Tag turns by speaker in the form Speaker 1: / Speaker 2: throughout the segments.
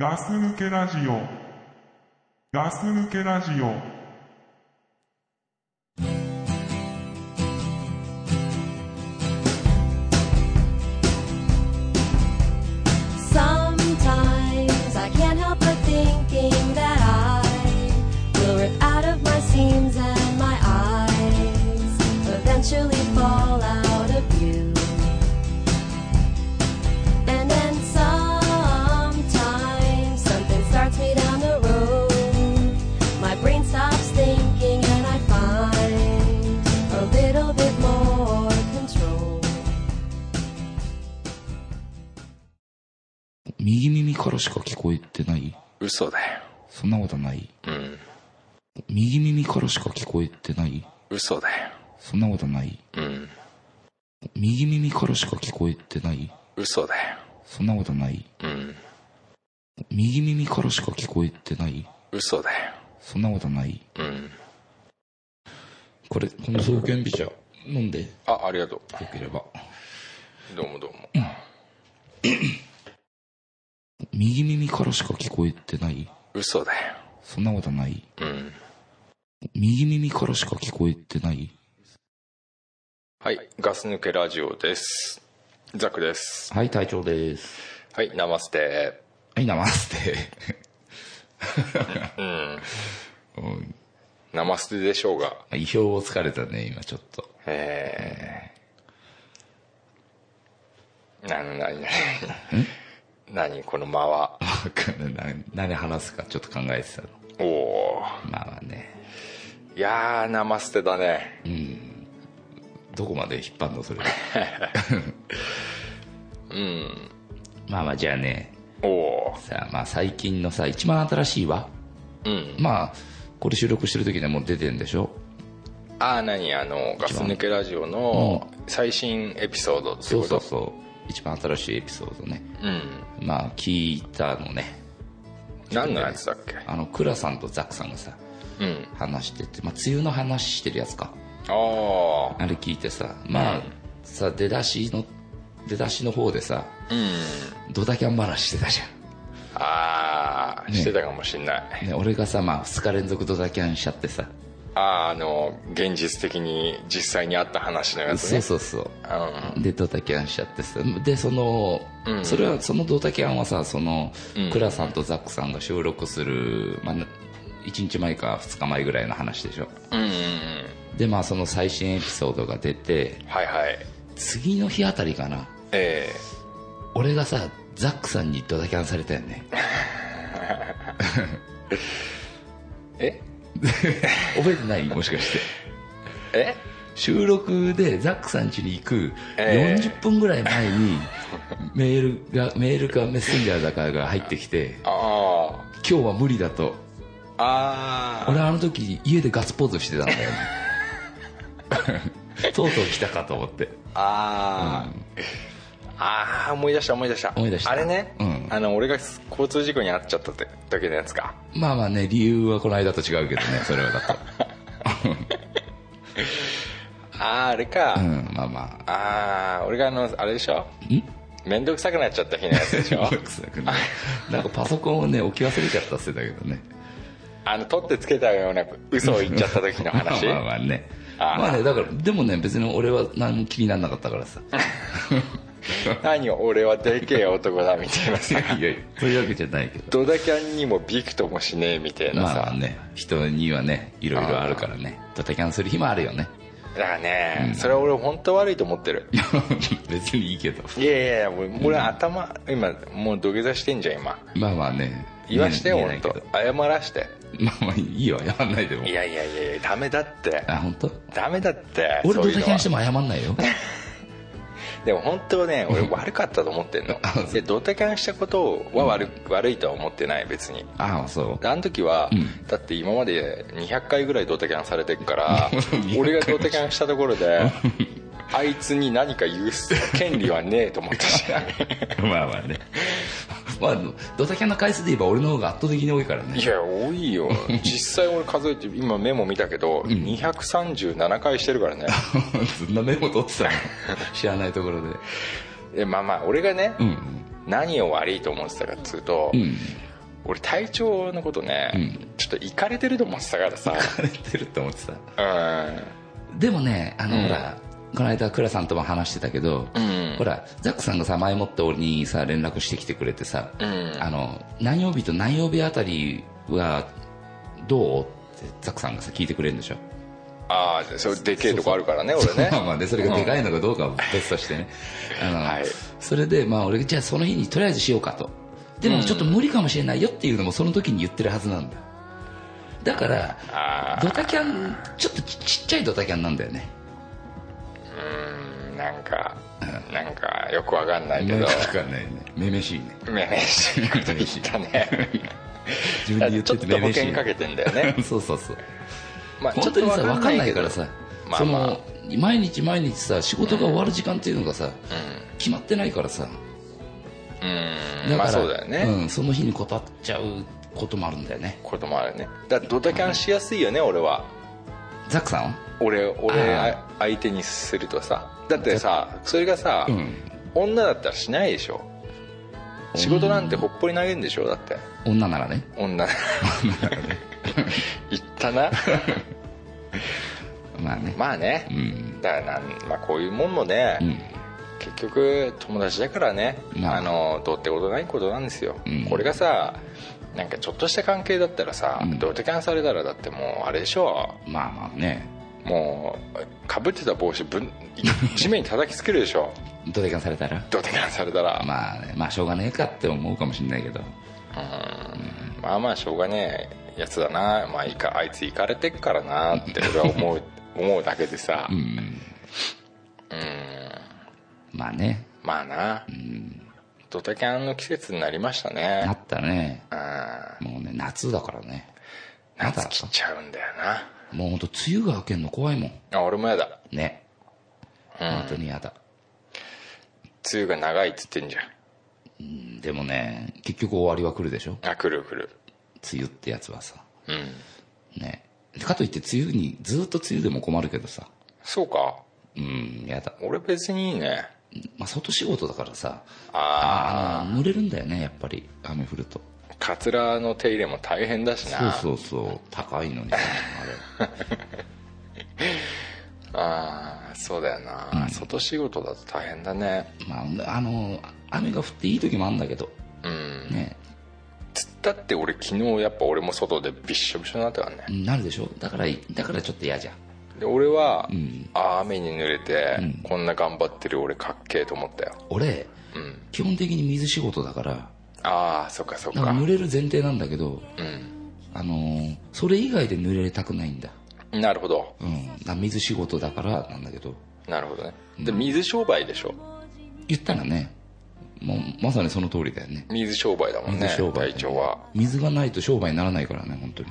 Speaker 1: ガス抜けラジオ。ガス抜けラジオ。
Speaker 2: Sometimes I can't help but thinking that I will rip out of my seams and my eyes eventually fall out of view. And then sometimes something starts me down the road. My brain stops thinking and I find a little bit more control.
Speaker 3: 右耳からしか聞こえてない
Speaker 4: 嘘だよ。
Speaker 3: そんなことない
Speaker 4: うん。
Speaker 3: 右耳からしか聞こえてない
Speaker 4: 嘘だよ。
Speaker 3: そんなことない
Speaker 4: うん。
Speaker 3: 右耳からしか聞こえてない
Speaker 4: 嘘だよ。
Speaker 3: そんなことない
Speaker 4: うん。
Speaker 3: 右耳からしか聞こえてない
Speaker 4: 嘘だよ。
Speaker 3: そんなことない
Speaker 4: うん。
Speaker 3: これこの創建美茶飲んでよ
Speaker 4: あ、ありがと
Speaker 3: ければ
Speaker 4: う。どうもどうも。
Speaker 3: 右耳からしか聞こえてない
Speaker 4: 嘘だよ。
Speaker 3: そんなことない
Speaker 4: うん。
Speaker 3: 右耳からしか聞こえてない
Speaker 4: はい。ガス抜けラジオです。ザクです。
Speaker 3: はい隊長です
Speaker 4: はい。ナマステ。
Speaker 3: はいナマステ
Speaker 4: うん。
Speaker 3: うん
Speaker 4: ナマステでしょうが。
Speaker 3: 意表をつかれたね今ちょっと
Speaker 4: えー。なになになになにこの間は。
Speaker 3: 分かんないな何話すかちょっと考えてたの
Speaker 4: おお。
Speaker 3: まあまあね
Speaker 4: いやー、ナマステだね。
Speaker 3: どこまで引っ張んの それうんまあまあじゃあね
Speaker 4: おお。
Speaker 3: さあまあ最近のさ一番新しいわ
Speaker 4: うん。
Speaker 3: まあこれ収録してる時にはもう出てんでしょ
Speaker 4: ああ、なにあの、ガス抜けラジオの最新エピソードって
Speaker 3: そ
Speaker 4: こ
Speaker 3: う
Speaker 4: と
Speaker 3: そうそう一番新しいエピソードね
Speaker 4: うん。
Speaker 3: まあ聞いたのね
Speaker 4: 何のやつだっけ
Speaker 3: あのクラさんとザックさんがさ
Speaker 4: うん。
Speaker 3: 話してて、まあ、梅雨の話してるやつか
Speaker 4: ああ。
Speaker 3: あれ聞いてさまあ、
Speaker 4: うん
Speaker 3: さ出だしの出だしの方でさ
Speaker 4: うん。
Speaker 3: ドタキャン話してたじ
Speaker 4: ああ、
Speaker 3: ね
Speaker 4: してたかもしんない。
Speaker 3: ゃん、ね、俺がさ、まあ、2日連続ドタキャンしちゃってさ、
Speaker 4: ああ、あの、現実的に実際にあった話のやつ
Speaker 3: そう
Speaker 4: ね。
Speaker 3: そうそう
Speaker 4: う
Speaker 3: でドタキャンしちゃってさでその、
Speaker 4: うん
Speaker 3: それはそのドタキャンはさその、
Speaker 4: うん
Speaker 3: クラさんとザックさんが収録する、まあ、な1日前か2日前ぐらいの話でしょ
Speaker 4: ん。うんうん
Speaker 3: でまあその最新エピソードが出て
Speaker 4: うん。はいはい。
Speaker 3: 次の日あたりかな
Speaker 4: え
Speaker 3: 俺がさザックさんにドタキャンされたよね
Speaker 4: え
Speaker 3: 覚えてないもしかして
Speaker 4: ええ
Speaker 3: 収録でザックさん家に行く
Speaker 4: ええ
Speaker 3: 40分ぐらい前にメールがメールかメッセンジャーだかが入ってきて
Speaker 4: あ
Speaker 3: 今日は無理だと
Speaker 4: あ。ああ。
Speaker 3: 俺あの時家でガッツポーズしてたんだよね とうとう来たかと思って
Speaker 4: ああ。ああ、思い出した思い出した。
Speaker 3: 思い出した
Speaker 4: あれね、
Speaker 3: うん
Speaker 4: あの、俺が交通事故に遭っちゃったって時のやつか。
Speaker 3: まあまあね理由はこの間と違うけどねそれはだと
Speaker 4: ああ、あれか。
Speaker 3: うんまあまあ
Speaker 4: ああ俺があのあれでしょ面倒くさくなっちゃった日のやつでしょ
Speaker 3: 臭くない なんかパソコンをね置き忘れちゃったっつってたけどね
Speaker 4: あの取ってつけたような嘘を言っちゃった時の 話
Speaker 3: まあまあまあね
Speaker 4: あー
Speaker 3: まあねだからでもね別に俺は何も気にならなかったからさ
Speaker 4: 何を俺はでけえ男だみたいなさ
Speaker 3: いやいやそういうわけじゃないけど
Speaker 4: ドダキャンにもビクともしねえみたいなさ、
Speaker 3: まあね人にはねいろいろあるからねドタキャンする日もある よね
Speaker 4: だからね、それは俺本当悪いと思ってる
Speaker 3: 別にいいけど
Speaker 4: いやいやいやもう俺頭、今もう土下座してんじゃん今
Speaker 3: まあまあね
Speaker 4: 言わしてよ
Speaker 3: 見えな
Speaker 4: 本
Speaker 3: いけ
Speaker 4: 当
Speaker 3: ど
Speaker 4: 謝らして
Speaker 3: まあまあいいよ謝んないでも
Speaker 4: いやいやいやいやダメだって
Speaker 3: あ本当
Speaker 4: ダメだって
Speaker 3: 俺
Speaker 4: そう
Speaker 3: ド
Speaker 4: いう
Speaker 3: タ
Speaker 4: の
Speaker 3: キャ
Speaker 4: は
Speaker 3: ンしても謝んないよ
Speaker 4: でも本当ね俺悪かったと思ってんのでドタキャンしたことは悪,、悪いとは思ってない別に
Speaker 3: ああそ
Speaker 4: あの時は、
Speaker 3: ん
Speaker 4: だって今まで200回ぐらいドタキャンされてるから俺がドタキャンしたところであいつに何か言う権利はねえと思ったし
Speaker 3: うまあまあねまあドタキャンの回数で言えば俺の方が圧倒的に多いからね
Speaker 4: いや多いよ実際俺数えて今メモ見たけど、237回してるからね
Speaker 3: そんなメモ取ってたの知らないところで
Speaker 4: でまあまあ俺がね、
Speaker 3: うん
Speaker 4: 何を悪いと思ってたかっつうと、
Speaker 3: うん
Speaker 4: 俺隊長のことね、
Speaker 3: ん
Speaker 4: ちょっとイカれてると思ってたからさ
Speaker 3: 枯れてるって思ってた
Speaker 4: う
Speaker 3: でもねあの、
Speaker 4: うん
Speaker 3: ほらこの間倉さんとも話してたけど、
Speaker 4: んうん
Speaker 3: ほらザックさんがさ前もって俺にさ連絡してきてくれてさ、
Speaker 4: うん
Speaker 3: あの何曜日と何曜日あたりはどうってザックさんがさ聞いてくれるんでしょ
Speaker 4: ああそれでけえとこあるからね俺ね
Speaker 3: まあまあ ねそれがでかいのかどうかは別としてね、あの
Speaker 4: はい
Speaker 3: それでまあ俺じゃあその日にとりあえずしようかとでもちょっと無理かもしれないよっていうのもその時に言ってるはずなんだだから
Speaker 4: あ
Speaker 3: ドタキャンちょっとちちっちゃいドタキャンなんだよね
Speaker 4: うんなんかなんかよくわかんないけど
Speaker 3: かんないねめめしいね
Speaker 4: めめしいこと言っ たね
Speaker 3: 自分で言っ
Speaker 4: ちょ
Speaker 3: て
Speaker 4: ってと
Speaker 3: め
Speaker 4: 保
Speaker 3: めしい
Speaker 4: 険かけてんだよね
Speaker 3: そうそうそう
Speaker 4: まあ
Speaker 3: 本当にさ分かんないから
Speaker 4: ちょ
Speaker 3: さ
Speaker 4: っまあ
Speaker 3: そ
Speaker 4: まあ
Speaker 3: の毎日毎日さ仕事が終わる時間っていうのがさ決まってないからさ
Speaker 4: とわかんないけどう
Speaker 3: だ
Speaker 4: んま
Speaker 3: か
Speaker 4: あ
Speaker 3: ら
Speaker 4: そうだよね、
Speaker 3: うんその日に断っちゃうこともあるんだよね
Speaker 4: こともあるねだからドタキャンしやすいよね俺は
Speaker 3: ザックさんは
Speaker 4: 俺俺
Speaker 3: あー
Speaker 4: あ相手にするとさだってさそれがさ、
Speaker 3: うん
Speaker 4: 女だったらしないでしょ仕事なんてほっぽり投げんでしょだって
Speaker 3: 女ならね
Speaker 4: 女 言ったな
Speaker 3: まあね、
Speaker 4: まあね、
Speaker 3: うん
Speaker 4: だからなん、まあ、こういうもんもね、
Speaker 3: うん
Speaker 4: 結局友達だからね、
Speaker 3: まあ
Speaker 4: あ、のどうってことないことなんですよ、
Speaker 3: うん
Speaker 4: これがさなんかちょっとした関係だったらさ、
Speaker 3: うん
Speaker 4: ドタキャンされたらだってもうあれでしょ
Speaker 3: まあまあね
Speaker 4: もうかぶってた帽子ぶん地面に叩きつけるでしょ
Speaker 3: ドタキャンされたら
Speaker 4: ドタキャンされたら、ま
Speaker 3: まあねまあしょうがねえかって思うかもしれないけど
Speaker 4: あまあしょうがねえやつだな、まあ、いいかあいつ行かれてっからなって俺は思う思うだけでさ、
Speaker 3: うんまあね
Speaker 4: まあな、ドタキャンの季節になりましたね
Speaker 3: なったね
Speaker 4: うん
Speaker 3: もうね夏だからね
Speaker 4: 夏切っちゃうんだよ
Speaker 3: もうほんと梅雨が明けんの怖いもん
Speaker 4: なあ俺もやだ
Speaker 3: ね本当にやだ、
Speaker 4: 梅雨が長いっつってんじゃ
Speaker 3: う
Speaker 4: ん
Speaker 3: んでもね結局終わりは来るでしょ
Speaker 4: あ来る来る
Speaker 3: 梅雨ってやつはさ
Speaker 4: うん
Speaker 3: ねかといって梅雨にずっと梅雨でも困るけどさ
Speaker 4: そうか
Speaker 3: うんやだ、
Speaker 4: 俺別にいいね
Speaker 3: まあ、外仕事だからさ
Speaker 4: あ
Speaker 3: あの濡れるんだよねやっぱり雨降ると
Speaker 4: あカツラの手入れも大変だしな
Speaker 3: そうそうそう高いのにさあれ
Speaker 4: ああそうだよな、外仕事だと大変だね
Speaker 3: まああの雨が降っていい時もあるんだけど
Speaker 4: うん
Speaker 3: ね
Speaker 4: つったって俺昨日やっぱ俺も外でびっしょびしょになったからね
Speaker 3: なるでしょだからだからちょっと嫌じゃん
Speaker 4: で俺は、あー雨に濡れて、こんな頑張ってる俺かっけえと思ったよ
Speaker 3: 俺、基本的に水仕事だから
Speaker 4: ああそっかそっ
Speaker 3: だ
Speaker 4: か
Speaker 3: から濡れる前提なんだけど
Speaker 4: うん
Speaker 3: あのーそれ以外で濡れたくないんだ
Speaker 4: なるほど
Speaker 3: うんだから水仕事だからなんだけど
Speaker 4: なるほどねで水商売でしょ
Speaker 3: 言ったらねもうまさにその通りだよね
Speaker 4: 水商売だもんね
Speaker 3: 水商売だよね
Speaker 4: 体調は
Speaker 3: 水がないと商売にならないからね本当に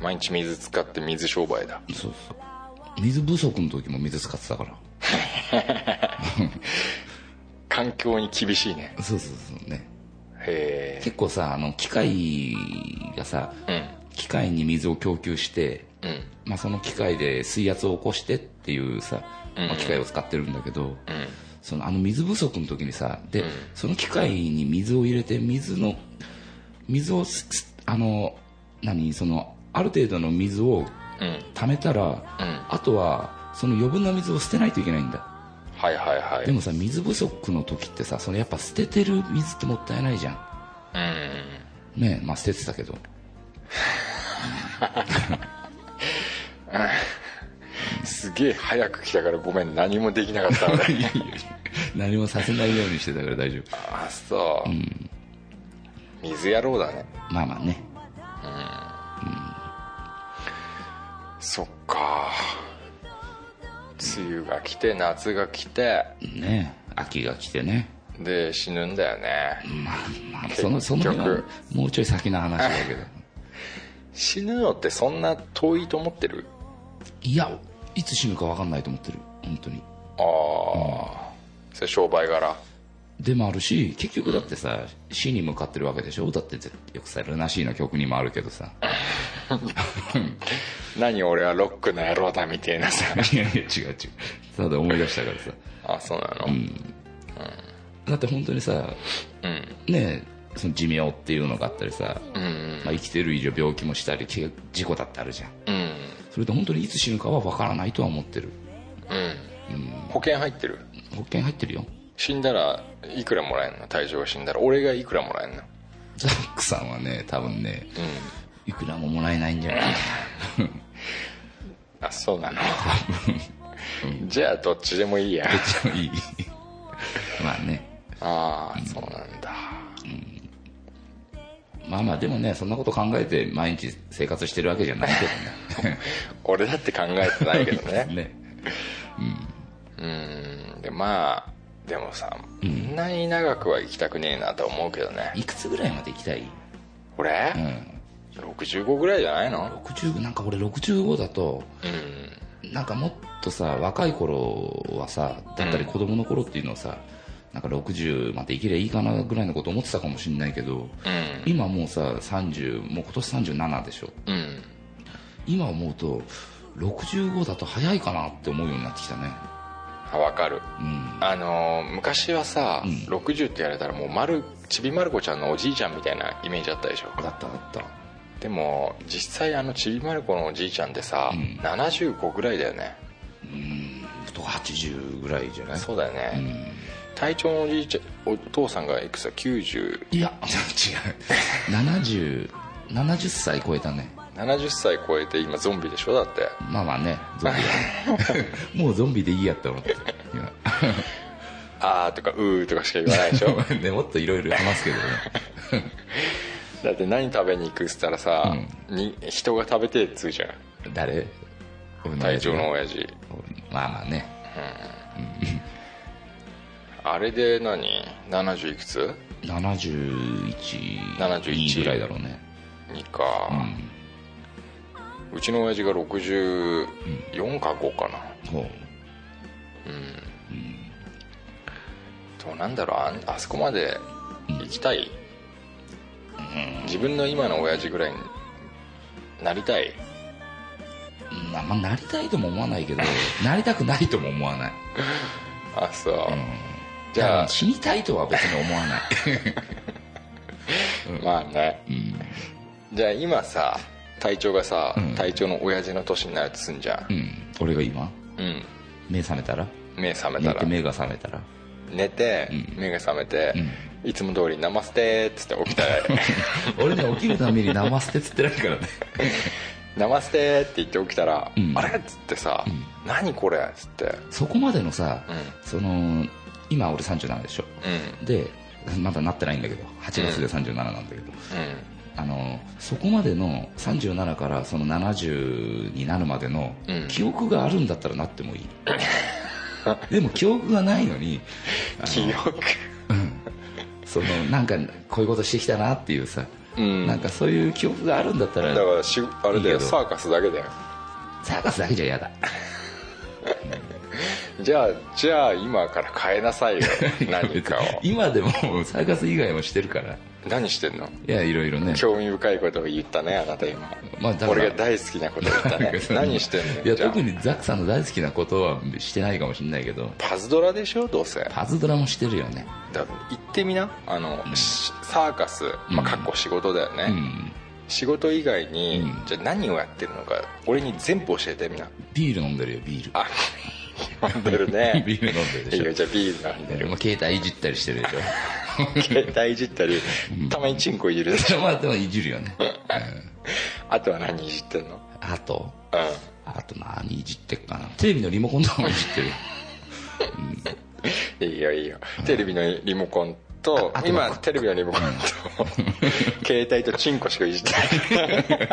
Speaker 4: 毎日水使って水商売だ
Speaker 3: そうそう水不足の時も水使ってたから
Speaker 4: 環境に厳しいね
Speaker 3: そうそうそうね
Speaker 4: へえ
Speaker 3: 結構さあの機械がさ、
Speaker 4: うん
Speaker 3: 機械に水を供給して、
Speaker 4: うん
Speaker 3: まあ、その機械で水圧を起こしてっていうさ、まあ、機械を使ってるんだけど、そのあの水不足の時にさで、その機械に水を入れて水の水をすすあの何そのある程度の水を
Speaker 4: うん
Speaker 3: 溜めたら、
Speaker 4: ん
Speaker 3: あとはその余分な水を捨てないといけないんだ
Speaker 4: はいはいはい
Speaker 3: でもさ水不足の時ってさそのやっぱ捨ててる水ってもったいないじゃん
Speaker 4: うん
Speaker 3: ねえまあ捨ててたけ ど
Speaker 4: すげえ早く来たからごめん何もできなかった俺
Speaker 3: 何もさせないようにしてたから大丈夫
Speaker 4: あそう、水野郎だね
Speaker 3: まあまあね
Speaker 4: そっか梅雨が来て夏が来て
Speaker 3: ねえ秋が来てね
Speaker 4: で死ぬんだよね
Speaker 3: まあまあそのその辺は
Speaker 4: 結
Speaker 3: もうちょい先の話だけど
Speaker 4: 死ぬのってそんな遠いと思ってる
Speaker 3: いやいつ死ぬか分かんないと思ってる本当に
Speaker 4: ああ、それ商売柄
Speaker 3: でもあるし結局だってさ死に向かってるわけでしょだってよくさルナシーの曲にもあるけどさ
Speaker 4: 何俺はロックな野郎だみたいなさ
Speaker 3: いやいや違う違うただ思い出したからさ
Speaker 4: あそうなの
Speaker 3: だって本当にさ
Speaker 4: うん
Speaker 3: ねえその寿命っていうのがあったりさ、
Speaker 4: うん
Speaker 3: まあ、生きてる以上病気もしたり怪我事故だってあるじゃん
Speaker 4: うん
Speaker 3: それと本当にいつ死ぬかは分からないとは思ってる
Speaker 4: うん保険入ってる
Speaker 3: 保険入ってるよ
Speaker 4: 死んだらいくらもらえんの体重が死んだら俺がいくらもらえんの
Speaker 3: ザックさんはね多分ね、いくらももらえないんじゃない
Speaker 4: あそうなの じゃあどっちでもいいや
Speaker 3: かないいまあね
Speaker 4: ああそうなんだ
Speaker 3: まあまあでもねそんなこと考えて毎日生活してるわけじゃないけどね
Speaker 4: 俺だって考えてないけど ね
Speaker 3: ね
Speaker 4: うんでまあでもさそんなに長くは行きたくねえなと思うけどね
Speaker 3: いくつぐらいまで行きたい
Speaker 4: 俺、
Speaker 3: うん
Speaker 4: 65ぐらいじゃないの
Speaker 3: 60なんか俺65だとなんかもっとさ若い頃はさだったり子供の頃っていうのはさ、なんか60まで生きりゃいいかなぐらいのこと思ってたかもしれないけど、
Speaker 4: う
Speaker 3: 今もうさ30もう今年37でしょ
Speaker 4: んうん
Speaker 3: 今思うと65だと早いかなって思うようになってきたね
Speaker 4: あわかる、あのー昔はさ、60って言われたらもうまるちびまる子ちゃんのおじいちゃんみたいなイメージあったでしょ
Speaker 3: だっただった
Speaker 4: でも実際あのちびまる子のおじいちゃんってさ、75ぐらいだよね
Speaker 3: とか80ぐらいじゃない
Speaker 4: そうだよね、体調のおじいちゃんお父さんがいくつだ9070
Speaker 3: いや違う7070歳超えたね
Speaker 4: 歳超えて今ゾンビでしょだって
Speaker 3: まあまあねゾン ビもうゾンビでいいやって思って今
Speaker 4: 「あー」とか「うー」とかしか言わないでし ょ
Speaker 3: ね、もっといろいろ話すけどね
Speaker 4: だって何食べに行くっつったらさ、に人が食べてえっつうじゃん
Speaker 3: 誰俺
Speaker 4: 体調の
Speaker 3: 親
Speaker 4: 親父
Speaker 3: 父がまあまあね
Speaker 4: あれで何70いくつ
Speaker 3: 71ぐらいだろうね
Speaker 4: にか、うちの親父が64か5かな、
Speaker 3: ほう
Speaker 4: どうなんだろうあんあそこまで行きたい、自分の今の親父ぐらいになりたい
Speaker 3: まあまあなりたいとも思わ ないけどなりたくないとも思わない
Speaker 4: あそう、じ
Speaker 3: じ
Speaker 4: ゃ
Speaker 3: ゃ
Speaker 4: あ
Speaker 3: あ死にたいとは別に思わない
Speaker 4: まあね、じゃあ今さ隊長がさ、隊長の親父の年になるとすんじゃ
Speaker 3: うんん俺が今
Speaker 4: うん、
Speaker 3: 目覚めたら
Speaker 4: 目覚め
Speaker 3: 寝
Speaker 4: たら
Speaker 3: て目が覚めたら
Speaker 4: 寝て、目が覚めて、いつも通り「ナマステ」っつって起きたら
Speaker 3: 俺ね起きるために生捨てっつってないから ね
Speaker 4: 「ナマステ」って言って起きたら「
Speaker 3: ん
Speaker 4: あれ?」っつってさ「何これ?」っつって
Speaker 3: そこまでのさ、
Speaker 4: ん
Speaker 3: その今俺37でしょ
Speaker 4: うん
Speaker 3: でまだなってないんだけど8月で37なんだけど、
Speaker 4: うん
Speaker 3: あのそこまでの37からその70になるまでの
Speaker 4: うん
Speaker 3: 記憶があるんだったらなってもいい、 でも記憶がないのに
Speaker 4: 記憶
Speaker 3: そのなんかこういうことしてきたなっていうさ、
Speaker 4: うん
Speaker 3: なんかそういう記憶があるんだったら
Speaker 4: だからしあれだ
Speaker 3: いい
Speaker 4: よ
Speaker 3: けど
Speaker 4: サーカスだけだよ
Speaker 3: サーカスだけじゃ嫌だ
Speaker 4: じゃあじゃあ今から変えな さいよ何かを
Speaker 3: 今でもサーカス以外もしてるから
Speaker 4: 何してんの
Speaker 3: いやいろいろね
Speaker 4: 興味深いことを言ったねあなた今、
Speaker 3: まあだから
Speaker 4: 俺が大好きなことを言った ね何してんの
Speaker 3: いや
Speaker 4: じゃあ
Speaker 3: 特にザックさんの大好きなことはしてないかもしれないけど
Speaker 4: パズドラでしょどうせだ
Speaker 3: パズドラもしてるよね
Speaker 4: 行ってみなあの、しサーカスまあかっこ仕事だよね、
Speaker 3: うん
Speaker 4: 仕事以外に、
Speaker 3: うん
Speaker 4: じゃあ何をやってるのか俺に全部教えて みな
Speaker 3: ビール飲んでるよビール
Speaker 4: あ飲んでる ね
Speaker 3: ビール飲んでるで
Speaker 4: い
Speaker 3: し
Speaker 4: いよ
Speaker 3: ょ
Speaker 4: じゃあビール飲んで
Speaker 3: で
Speaker 4: る
Speaker 3: も携帯いじったりしてるでし
Speaker 4: 携帯いじったりたまにチンコいじるでしょ
Speaker 3: ょ まあでもいじるよね、うん
Speaker 4: あとは何いじってんの
Speaker 3: あと
Speaker 4: う
Speaker 3: あと何いじってっかなテレビのリモコンとかもいじって るよ
Speaker 4: んいいよいいよテレビのリモコンと
Speaker 3: ああと
Speaker 4: 今
Speaker 3: なんか
Speaker 4: テレビのリモコンと携帯とチンコしかいじってない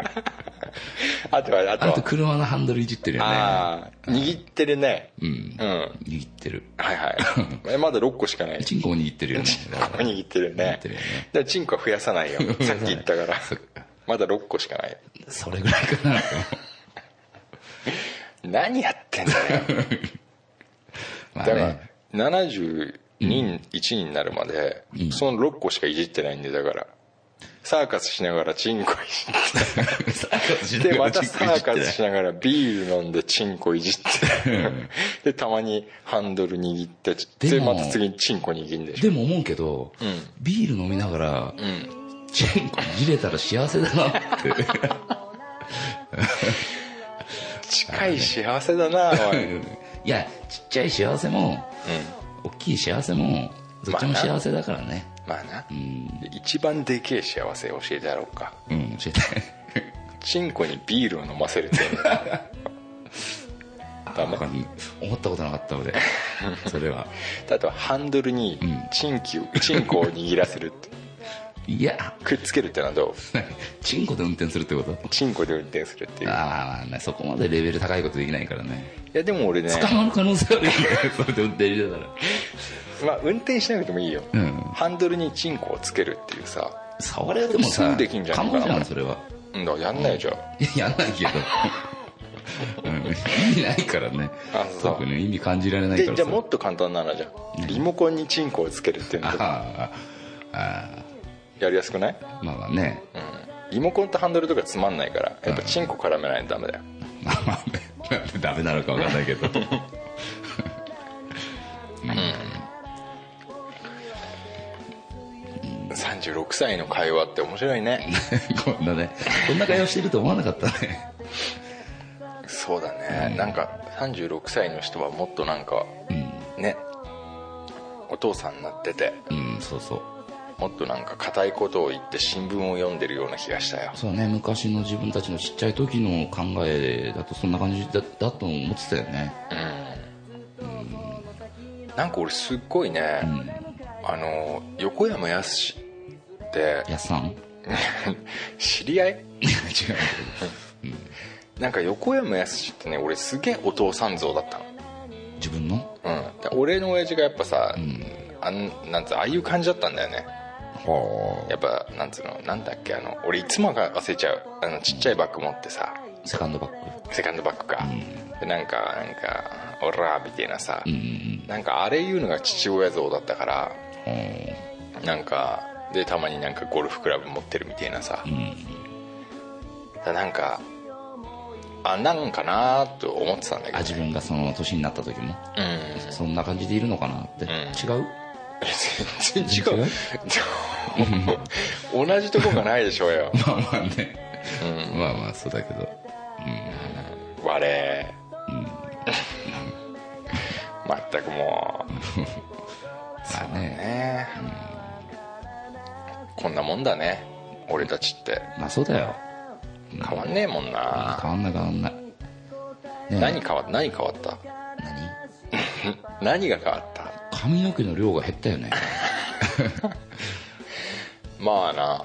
Speaker 4: あとはあと
Speaker 3: あ
Speaker 4: は
Speaker 3: と車のハンドルいじってるよね
Speaker 4: ああ握ってるね
Speaker 3: うん
Speaker 4: うん
Speaker 3: 握ってる
Speaker 4: はいはいえまだ6個し かない
Speaker 3: チンコも握ってるよねだか
Speaker 4: ここ
Speaker 3: ら
Speaker 4: 握ってるね
Speaker 3: 握ってるよね
Speaker 4: だからチンコは増やさないよさっき言ったからまだ6個しかない
Speaker 3: それぐらいか な
Speaker 4: 何やってんだよ
Speaker 3: まあ
Speaker 4: だから
Speaker 3: ね
Speaker 4: 72人1になるまで、その6個しかいじってないんでだからサーカスしながらチンコいじ
Speaker 3: サーカスし
Speaker 4: っ
Speaker 3: な
Speaker 4: てで
Speaker 3: が
Speaker 4: ま
Speaker 3: ら
Speaker 4: た
Speaker 3: チンコ
Speaker 4: サ
Speaker 3: いじ
Speaker 4: ー
Speaker 3: って
Speaker 4: カ
Speaker 3: ない
Speaker 4: スしながらビール飲んでチンコいじってでたまにハンドル握ってで
Speaker 3: でも
Speaker 4: また次にチンコ握るんでしょ
Speaker 3: でも思うけど、
Speaker 4: ん
Speaker 3: ビール飲みながら、
Speaker 4: うん
Speaker 3: チンコいじれたら幸せだなって。
Speaker 4: 近い幸せだなおい
Speaker 3: いや、ちっちゃい幸せも、大きい幸せも、どっちも幸せだからね。
Speaker 4: まあな一番でけえ幸せ教えてやろうか
Speaker 3: うん、教えて。
Speaker 4: チンコにビールを飲ませるって ダメ
Speaker 3: 他に思ったことなかった ので、それは。
Speaker 4: あとはハンドルにチンキを、チンコを握らせるって
Speaker 3: いや、
Speaker 4: くっつけるってのはどう
Speaker 3: チンコで運転するってこと
Speaker 4: チンコで運転するっていうい
Speaker 3: ああ、ね、そこまでレベル高いことできないからね。
Speaker 4: やでも俺ね
Speaker 3: 捕まる可能性あるよね、それで運転してたら。
Speaker 4: まあ運転しなくてもいいよ、
Speaker 3: うん
Speaker 4: ハンドルにチンコをつけるっていうさ
Speaker 3: 触れても
Speaker 4: すぐ
Speaker 3: さ、
Speaker 4: できんじゃ
Speaker 3: 可
Speaker 4: ねえか
Speaker 3: 能
Speaker 4: な
Speaker 3: じゃん、それは。
Speaker 4: うんだからやんないじゃん、
Speaker 3: いややんないけど、うん、意味ないからね
Speaker 4: あそう
Speaker 3: 特に意味感じられないか
Speaker 4: で
Speaker 3: ら
Speaker 4: じ
Speaker 3: さ
Speaker 4: ゃあもっと簡単なのじゃんリモコンにチンコをつけるっていうの が
Speaker 3: あああ
Speaker 4: やりやすくない、
Speaker 3: あまあまあね
Speaker 4: うん、リモコンとハンドルとかつまんないからやっぱチンコ絡めないとダメだよ
Speaker 3: まあまあね なんでダメなのかわかんないけど
Speaker 4: 36歳の会話って面白いね
Speaker 3: こんなねこんな会話してると思わなかったね
Speaker 4: そうだねなんか36歳の人はもっとなんかねお父さんになってて
Speaker 3: うんそうそう
Speaker 4: もっとなんか硬いことを言って新聞を読んでるような気がしたよ
Speaker 3: そうね昔の自分たちのちっちゃい時の考えだとそんな感じだだと思ってたよね
Speaker 4: なんか俺すっごいね、あの横山やすしって
Speaker 3: やっさん違う
Speaker 4: 知り合い
Speaker 3: けど
Speaker 4: なんか横山やすしってね俺すげえお父さん像だったの
Speaker 3: 自分の
Speaker 4: うんで俺の親父がやっぱさ、あんなんつうああいう感じだったんだよね
Speaker 3: は
Speaker 4: やっぱなんつうのなんだっけあの俺いつもが忘れちゃうあのちっちゃいバッグ持ってさ
Speaker 3: セカンドバッグ
Speaker 4: セカンドバッグか、でなんかなんか「オラ」みたいなさ、
Speaker 3: うん
Speaker 4: なんかあれ言うのが父親像だったからなんかでたまになんかゴルフクラブ持ってるみたいなさ、だからなんかあなんかなーと思ってたんだけど
Speaker 3: あ自分がその年になった時も
Speaker 4: うん
Speaker 3: そんな感じでいるのかなって、違う
Speaker 4: 全然違う 同じとこがないでしょうよ
Speaker 3: まあまあね、まあまあそうだけど
Speaker 4: 我、まったくもう
Speaker 3: まあね
Speaker 4: ねこんなもんだね俺たちって
Speaker 3: まあそうだよ
Speaker 4: 変わんねえもんな
Speaker 3: 変わんない変わんない、ねえ
Speaker 4: 何変わった何変わった
Speaker 3: 何
Speaker 4: 何が変わった
Speaker 3: 髪の毛の量が減ったよね
Speaker 4: まあな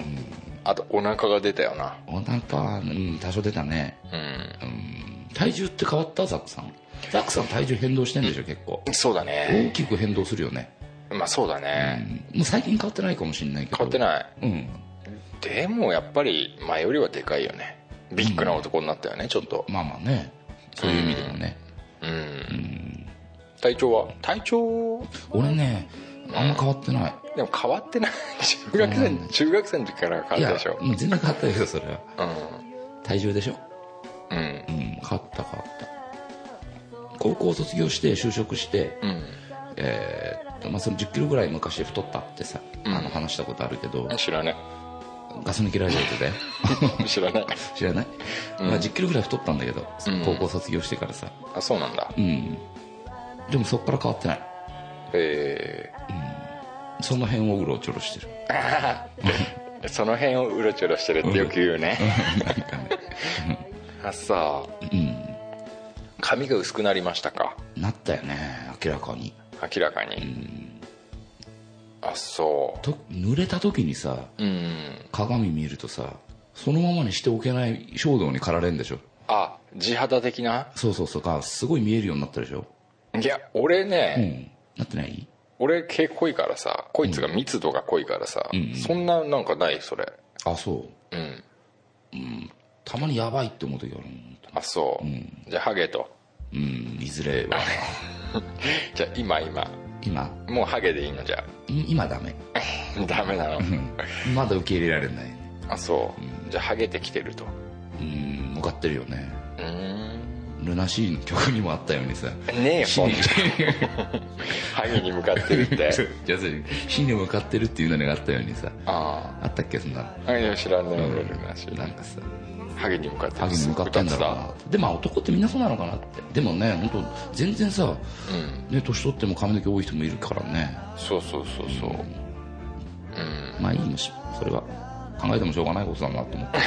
Speaker 4: あとお腹が出たよな
Speaker 3: お腹はうん多少出たね
Speaker 4: うん
Speaker 3: 体重って変わったザックさんザックさん体重変動してんでしょ結構
Speaker 4: そうだ
Speaker 3: 大
Speaker 4: ね
Speaker 3: きく変動するよね、
Speaker 4: まあそうだ
Speaker 3: うん
Speaker 4: ね、
Speaker 3: もう最近変わってないかもしれないけど
Speaker 4: 変わって
Speaker 3: い
Speaker 4: ない
Speaker 3: うん
Speaker 4: でもやっぱり前よりはでかいよねビッグな男になったよねちょっと
Speaker 3: まあまあねそういう意味でもね、
Speaker 4: うん、体調は体調
Speaker 3: 俺ねあんま変わってない
Speaker 4: でも変わってない中学生、中学生の時から変わったでしょ
Speaker 3: いやもう全然変わったよそれは
Speaker 4: う
Speaker 3: 体重でしょ
Speaker 4: んうん
Speaker 3: うん変わった変わった高校卒業して就職して、
Speaker 4: う
Speaker 3: えーっとまあ、その1 0キロぐらい昔太ったってさ、あの話したことあるけど
Speaker 4: ん知らない
Speaker 3: ガス抜きラジオでだよ
Speaker 4: 知らない
Speaker 3: 知らない、まあ、1 0キロぐらい太ったんだけど高校卒業してからさ
Speaker 4: あそうなんだ
Speaker 3: うん、でもそっから変わってない
Speaker 4: え
Speaker 3: その辺をうろちょろしてる
Speaker 4: ーその辺をうろちょろしてるってよく言 うねあそう髪が薄くなりましたか
Speaker 3: なったよね明らかに
Speaker 4: 明らかにあそ
Speaker 3: と濡れた時にさ
Speaker 4: ううん
Speaker 3: 鏡見るとさそのままにしておけない衝動に駆られんでしょ
Speaker 4: あ地肌的な
Speaker 3: そうそうそうがすごい見えるようになったでしょ
Speaker 4: いや俺
Speaker 3: う
Speaker 4: ね、
Speaker 3: んなってない
Speaker 4: 俺毛濃いからさこいつが密度が濃いからさ、そんななんかないそれ
Speaker 3: あそう
Speaker 4: うん
Speaker 3: たまにやばいって思う時あるもん本
Speaker 4: あそう、じゃあハゲと
Speaker 3: 当にうんいずれは
Speaker 4: じゃあ今今
Speaker 3: 今
Speaker 4: もうハゲでいいのじゃあ
Speaker 3: ん今ダメ
Speaker 4: ダメなの
Speaker 3: まだ受け入れられない
Speaker 4: あそう、
Speaker 3: うん
Speaker 4: じゃあハゲてきてると
Speaker 3: うん向かってるよね
Speaker 4: うーん
Speaker 3: ルナシーの曲にもあったようにさ
Speaker 4: ねえ
Speaker 3: 死
Speaker 4: そん
Speaker 3: に
Speaker 4: なハゲに向かってるって
Speaker 3: じゃ あそれ死に向かってるっていうのがあったようにさ
Speaker 4: あ
Speaker 3: あったっけそんな
Speaker 4: あいや知らねえ
Speaker 3: うん
Speaker 4: 俺ルナシー
Speaker 3: なんかさ
Speaker 4: ハゲに向かってる
Speaker 3: ハゲに向かったんだろう
Speaker 4: 歌っ
Speaker 3: なでも男ってみんなそうなのかなってでもね本当全然さ、
Speaker 4: てたうん
Speaker 3: ね、年取っても髪の毛多い人もいるからね
Speaker 4: そうそうそうそううん
Speaker 3: まあいいのしそれは考えてもしょうがないことだなと思って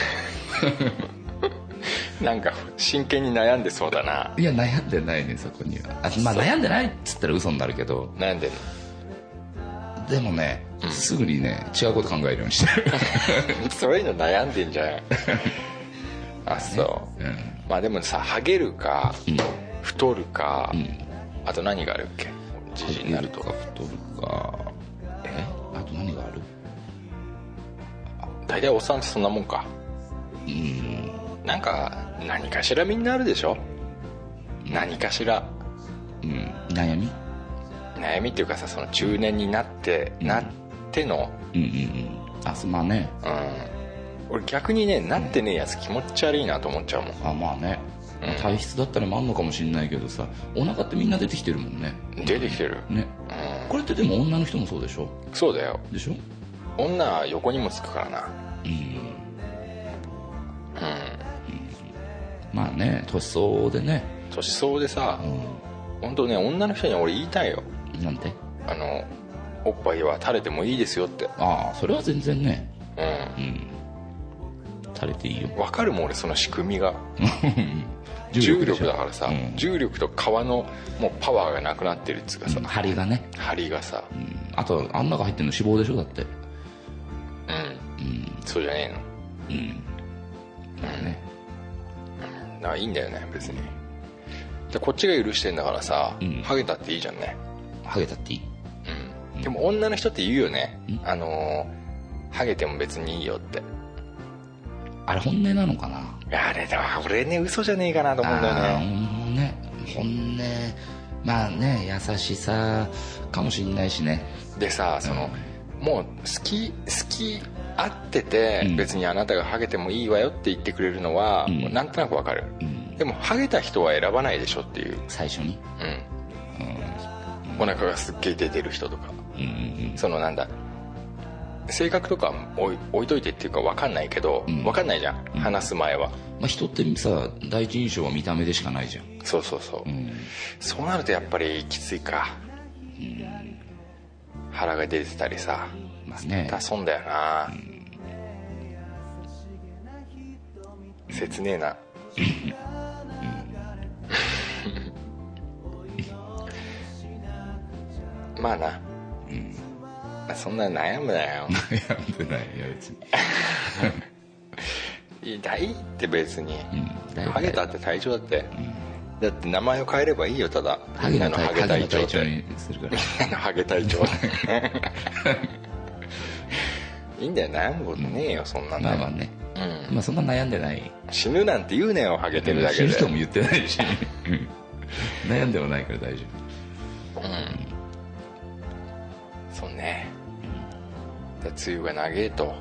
Speaker 4: なんか真剣に悩んでそうだない
Speaker 3: や悩んで ないねそこにはあまあ悩んでないっつったら嘘になるけど
Speaker 4: 悩んでんの
Speaker 3: でもね、すぐにね違うこと考えるようにして る
Speaker 4: そういうの悩んでん じゃんあそううまあでもさハゲるか
Speaker 3: ん
Speaker 4: 太るか、
Speaker 3: うん
Speaker 4: あと何があるっけじじいになると
Speaker 3: か太るかえあと何がある
Speaker 4: 大体おっさんってそんなもんか
Speaker 3: うん
Speaker 4: なんか何かしらみんなあるでしょ何かしら
Speaker 3: うん悩み
Speaker 4: 悩みっていうかさその中年になって、
Speaker 3: うん
Speaker 4: なっての
Speaker 3: うんうんうんあそまあね
Speaker 4: うん俺逆にねなってねえやつ気持ち悪いなと思っちゃうもん
Speaker 3: あまあね、まあ体質だったりもあんのかもしれないけどさお腹ってみんな出てきてるもんね
Speaker 4: 出てきてる
Speaker 3: ねこれってでも女の人もそうでしょ
Speaker 4: そうだよ
Speaker 3: でしょ
Speaker 4: 女は横にもつくからな
Speaker 3: うん
Speaker 4: うん
Speaker 3: まあね年相応でね
Speaker 4: 年相応でさ
Speaker 3: う
Speaker 4: 本当ね女の人に俺言いたいよ
Speaker 3: んなんて
Speaker 4: あのおっぱいは垂れてもいいですよって
Speaker 3: ああそれは全然ね
Speaker 4: う
Speaker 3: うん垂れていいよ
Speaker 4: んわかるもん俺その仕組みが重
Speaker 3: 重
Speaker 4: 力
Speaker 3: 力
Speaker 4: だからさ、
Speaker 3: うん
Speaker 4: 重力と皮のもうパワーがなくなってるっつうかさ、
Speaker 3: うん張りがね、
Speaker 4: 張りがさ
Speaker 3: うん、あとあん中入ってるの脂肪でしょだって
Speaker 4: うん、
Speaker 3: うん
Speaker 4: そうじゃね
Speaker 3: うんだからね
Speaker 4: えのだからいいんだよね別にでこっちが許してんだからさ、
Speaker 3: うん
Speaker 4: ハゲたっていいじゃんね
Speaker 3: ハゲたっていい
Speaker 4: うんでも女の人って言うよね
Speaker 3: うん
Speaker 4: あのーハゲても別にいいよって
Speaker 3: あれ本音なのかな
Speaker 4: あれだわ俺ね嘘じゃねえかなと思うんだよ
Speaker 3: ああ
Speaker 4: ね
Speaker 3: ー本音本音まあね優しさかもしんないしね
Speaker 4: でさその、もう好き好き合ってて、
Speaker 3: うん
Speaker 4: 別にあなたがハゲてもいいわよって言ってくれるのは、
Speaker 3: うん
Speaker 4: もうなんとなくわかる、
Speaker 3: うん
Speaker 4: でもハゲた人は選ばないでしょっていう、
Speaker 3: 最初に
Speaker 4: うん、お腹がすっげえ出てる人とか
Speaker 3: うんうん
Speaker 4: そのなんだ性格とか置い置いといてっていうかわかんないけど、
Speaker 3: うん
Speaker 4: わかんないじゃん話す前は、
Speaker 3: まあ、人ってさ第一印象は見た目でしかないじゃん
Speaker 4: そうそうそ
Speaker 3: う
Speaker 4: う、
Speaker 3: ん
Speaker 4: そうなるとやっぱりきついか、腹が出てたりさ
Speaker 3: まあね
Speaker 4: だ損だよな、切ねえな まあな、そんな悩むなよ
Speaker 3: 悩んでないいや別に
Speaker 4: いい大って別に、
Speaker 3: うんだいぶ
Speaker 4: ハゲたって体調だって、だって名前を変えればいいよただ
Speaker 3: ハ
Speaker 4: み
Speaker 3: ゲ
Speaker 4: ん
Speaker 3: の
Speaker 4: なの
Speaker 3: 体
Speaker 4: ハゲ隊長
Speaker 3: ハゲの体調
Speaker 4: って
Speaker 3: にするから
Speaker 4: ハゲ隊長 いいんだよ悩むことねえよそんなの
Speaker 3: まあまあね、
Speaker 4: う
Speaker 3: まあそんな悩んでない
Speaker 4: 死ぬなんて言うねよハゲてるだけ
Speaker 3: 死
Speaker 4: で
Speaker 3: ぬ人も言ってないしうん悩んでもないから大丈
Speaker 4: そうねで梅雨が長えと
Speaker 3: 夫梅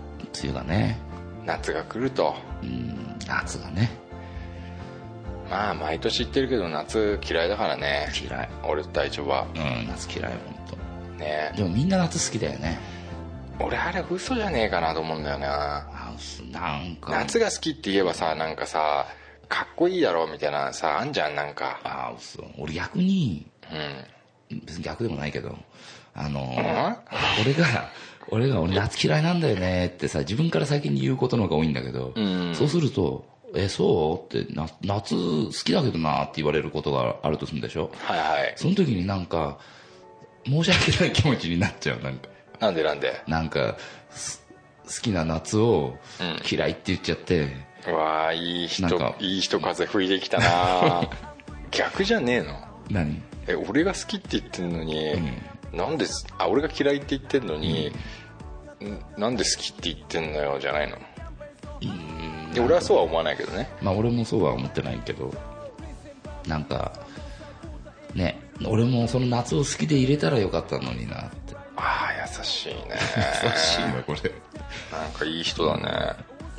Speaker 3: 雨がね
Speaker 4: 夏が来ると
Speaker 3: うん夏がね
Speaker 4: まあ毎年言ってるけど夏嫌いだからね
Speaker 3: 嫌い
Speaker 4: 俺と隊長は
Speaker 3: うん夏嫌い本
Speaker 4: ね
Speaker 3: 当。でもみんな夏好きだよね
Speaker 4: 俺あれ嘘じゃねえかなと思うんだよな
Speaker 3: あなんか
Speaker 4: 夏が好きって言えばさなんかさかっこいいだろみたいなさあんじゃんなんか
Speaker 3: あそう俺逆に
Speaker 4: うん
Speaker 3: 別に逆でもないけどあの、
Speaker 4: ん
Speaker 3: 俺が俺が俺夏嫌いなんだよねってさ自分から先に言うことの方が多いんだけど、
Speaker 4: うん
Speaker 3: そうすると「えそう?」ってな「夏好きだけどな」って言われることがあるとするんでしょ
Speaker 4: はいはい
Speaker 3: その時になんか申し訳ない気持ちになっちゃうなんか
Speaker 4: なんでなんで
Speaker 3: なんかす好きな夏を
Speaker 4: うん
Speaker 3: 嫌いって言っちゃって、
Speaker 4: うわあいい
Speaker 3: なん
Speaker 4: 人
Speaker 3: か
Speaker 4: いい人風吹いてきたな 逆じゃねえの
Speaker 3: 何
Speaker 4: え俺が好きって言ってんのに、なんですあ俺が嫌いって言ってんのに、んなんで好きって言ってんのよじゃないので俺はそうは思わないけどね
Speaker 3: まあ俺もそうは思ってないけどなんかね俺もその夏を好きで入れたらよかったのになって
Speaker 4: ああ優しいね
Speaker 3: 優しいわこれ
Speaker 4: なんかいい人だね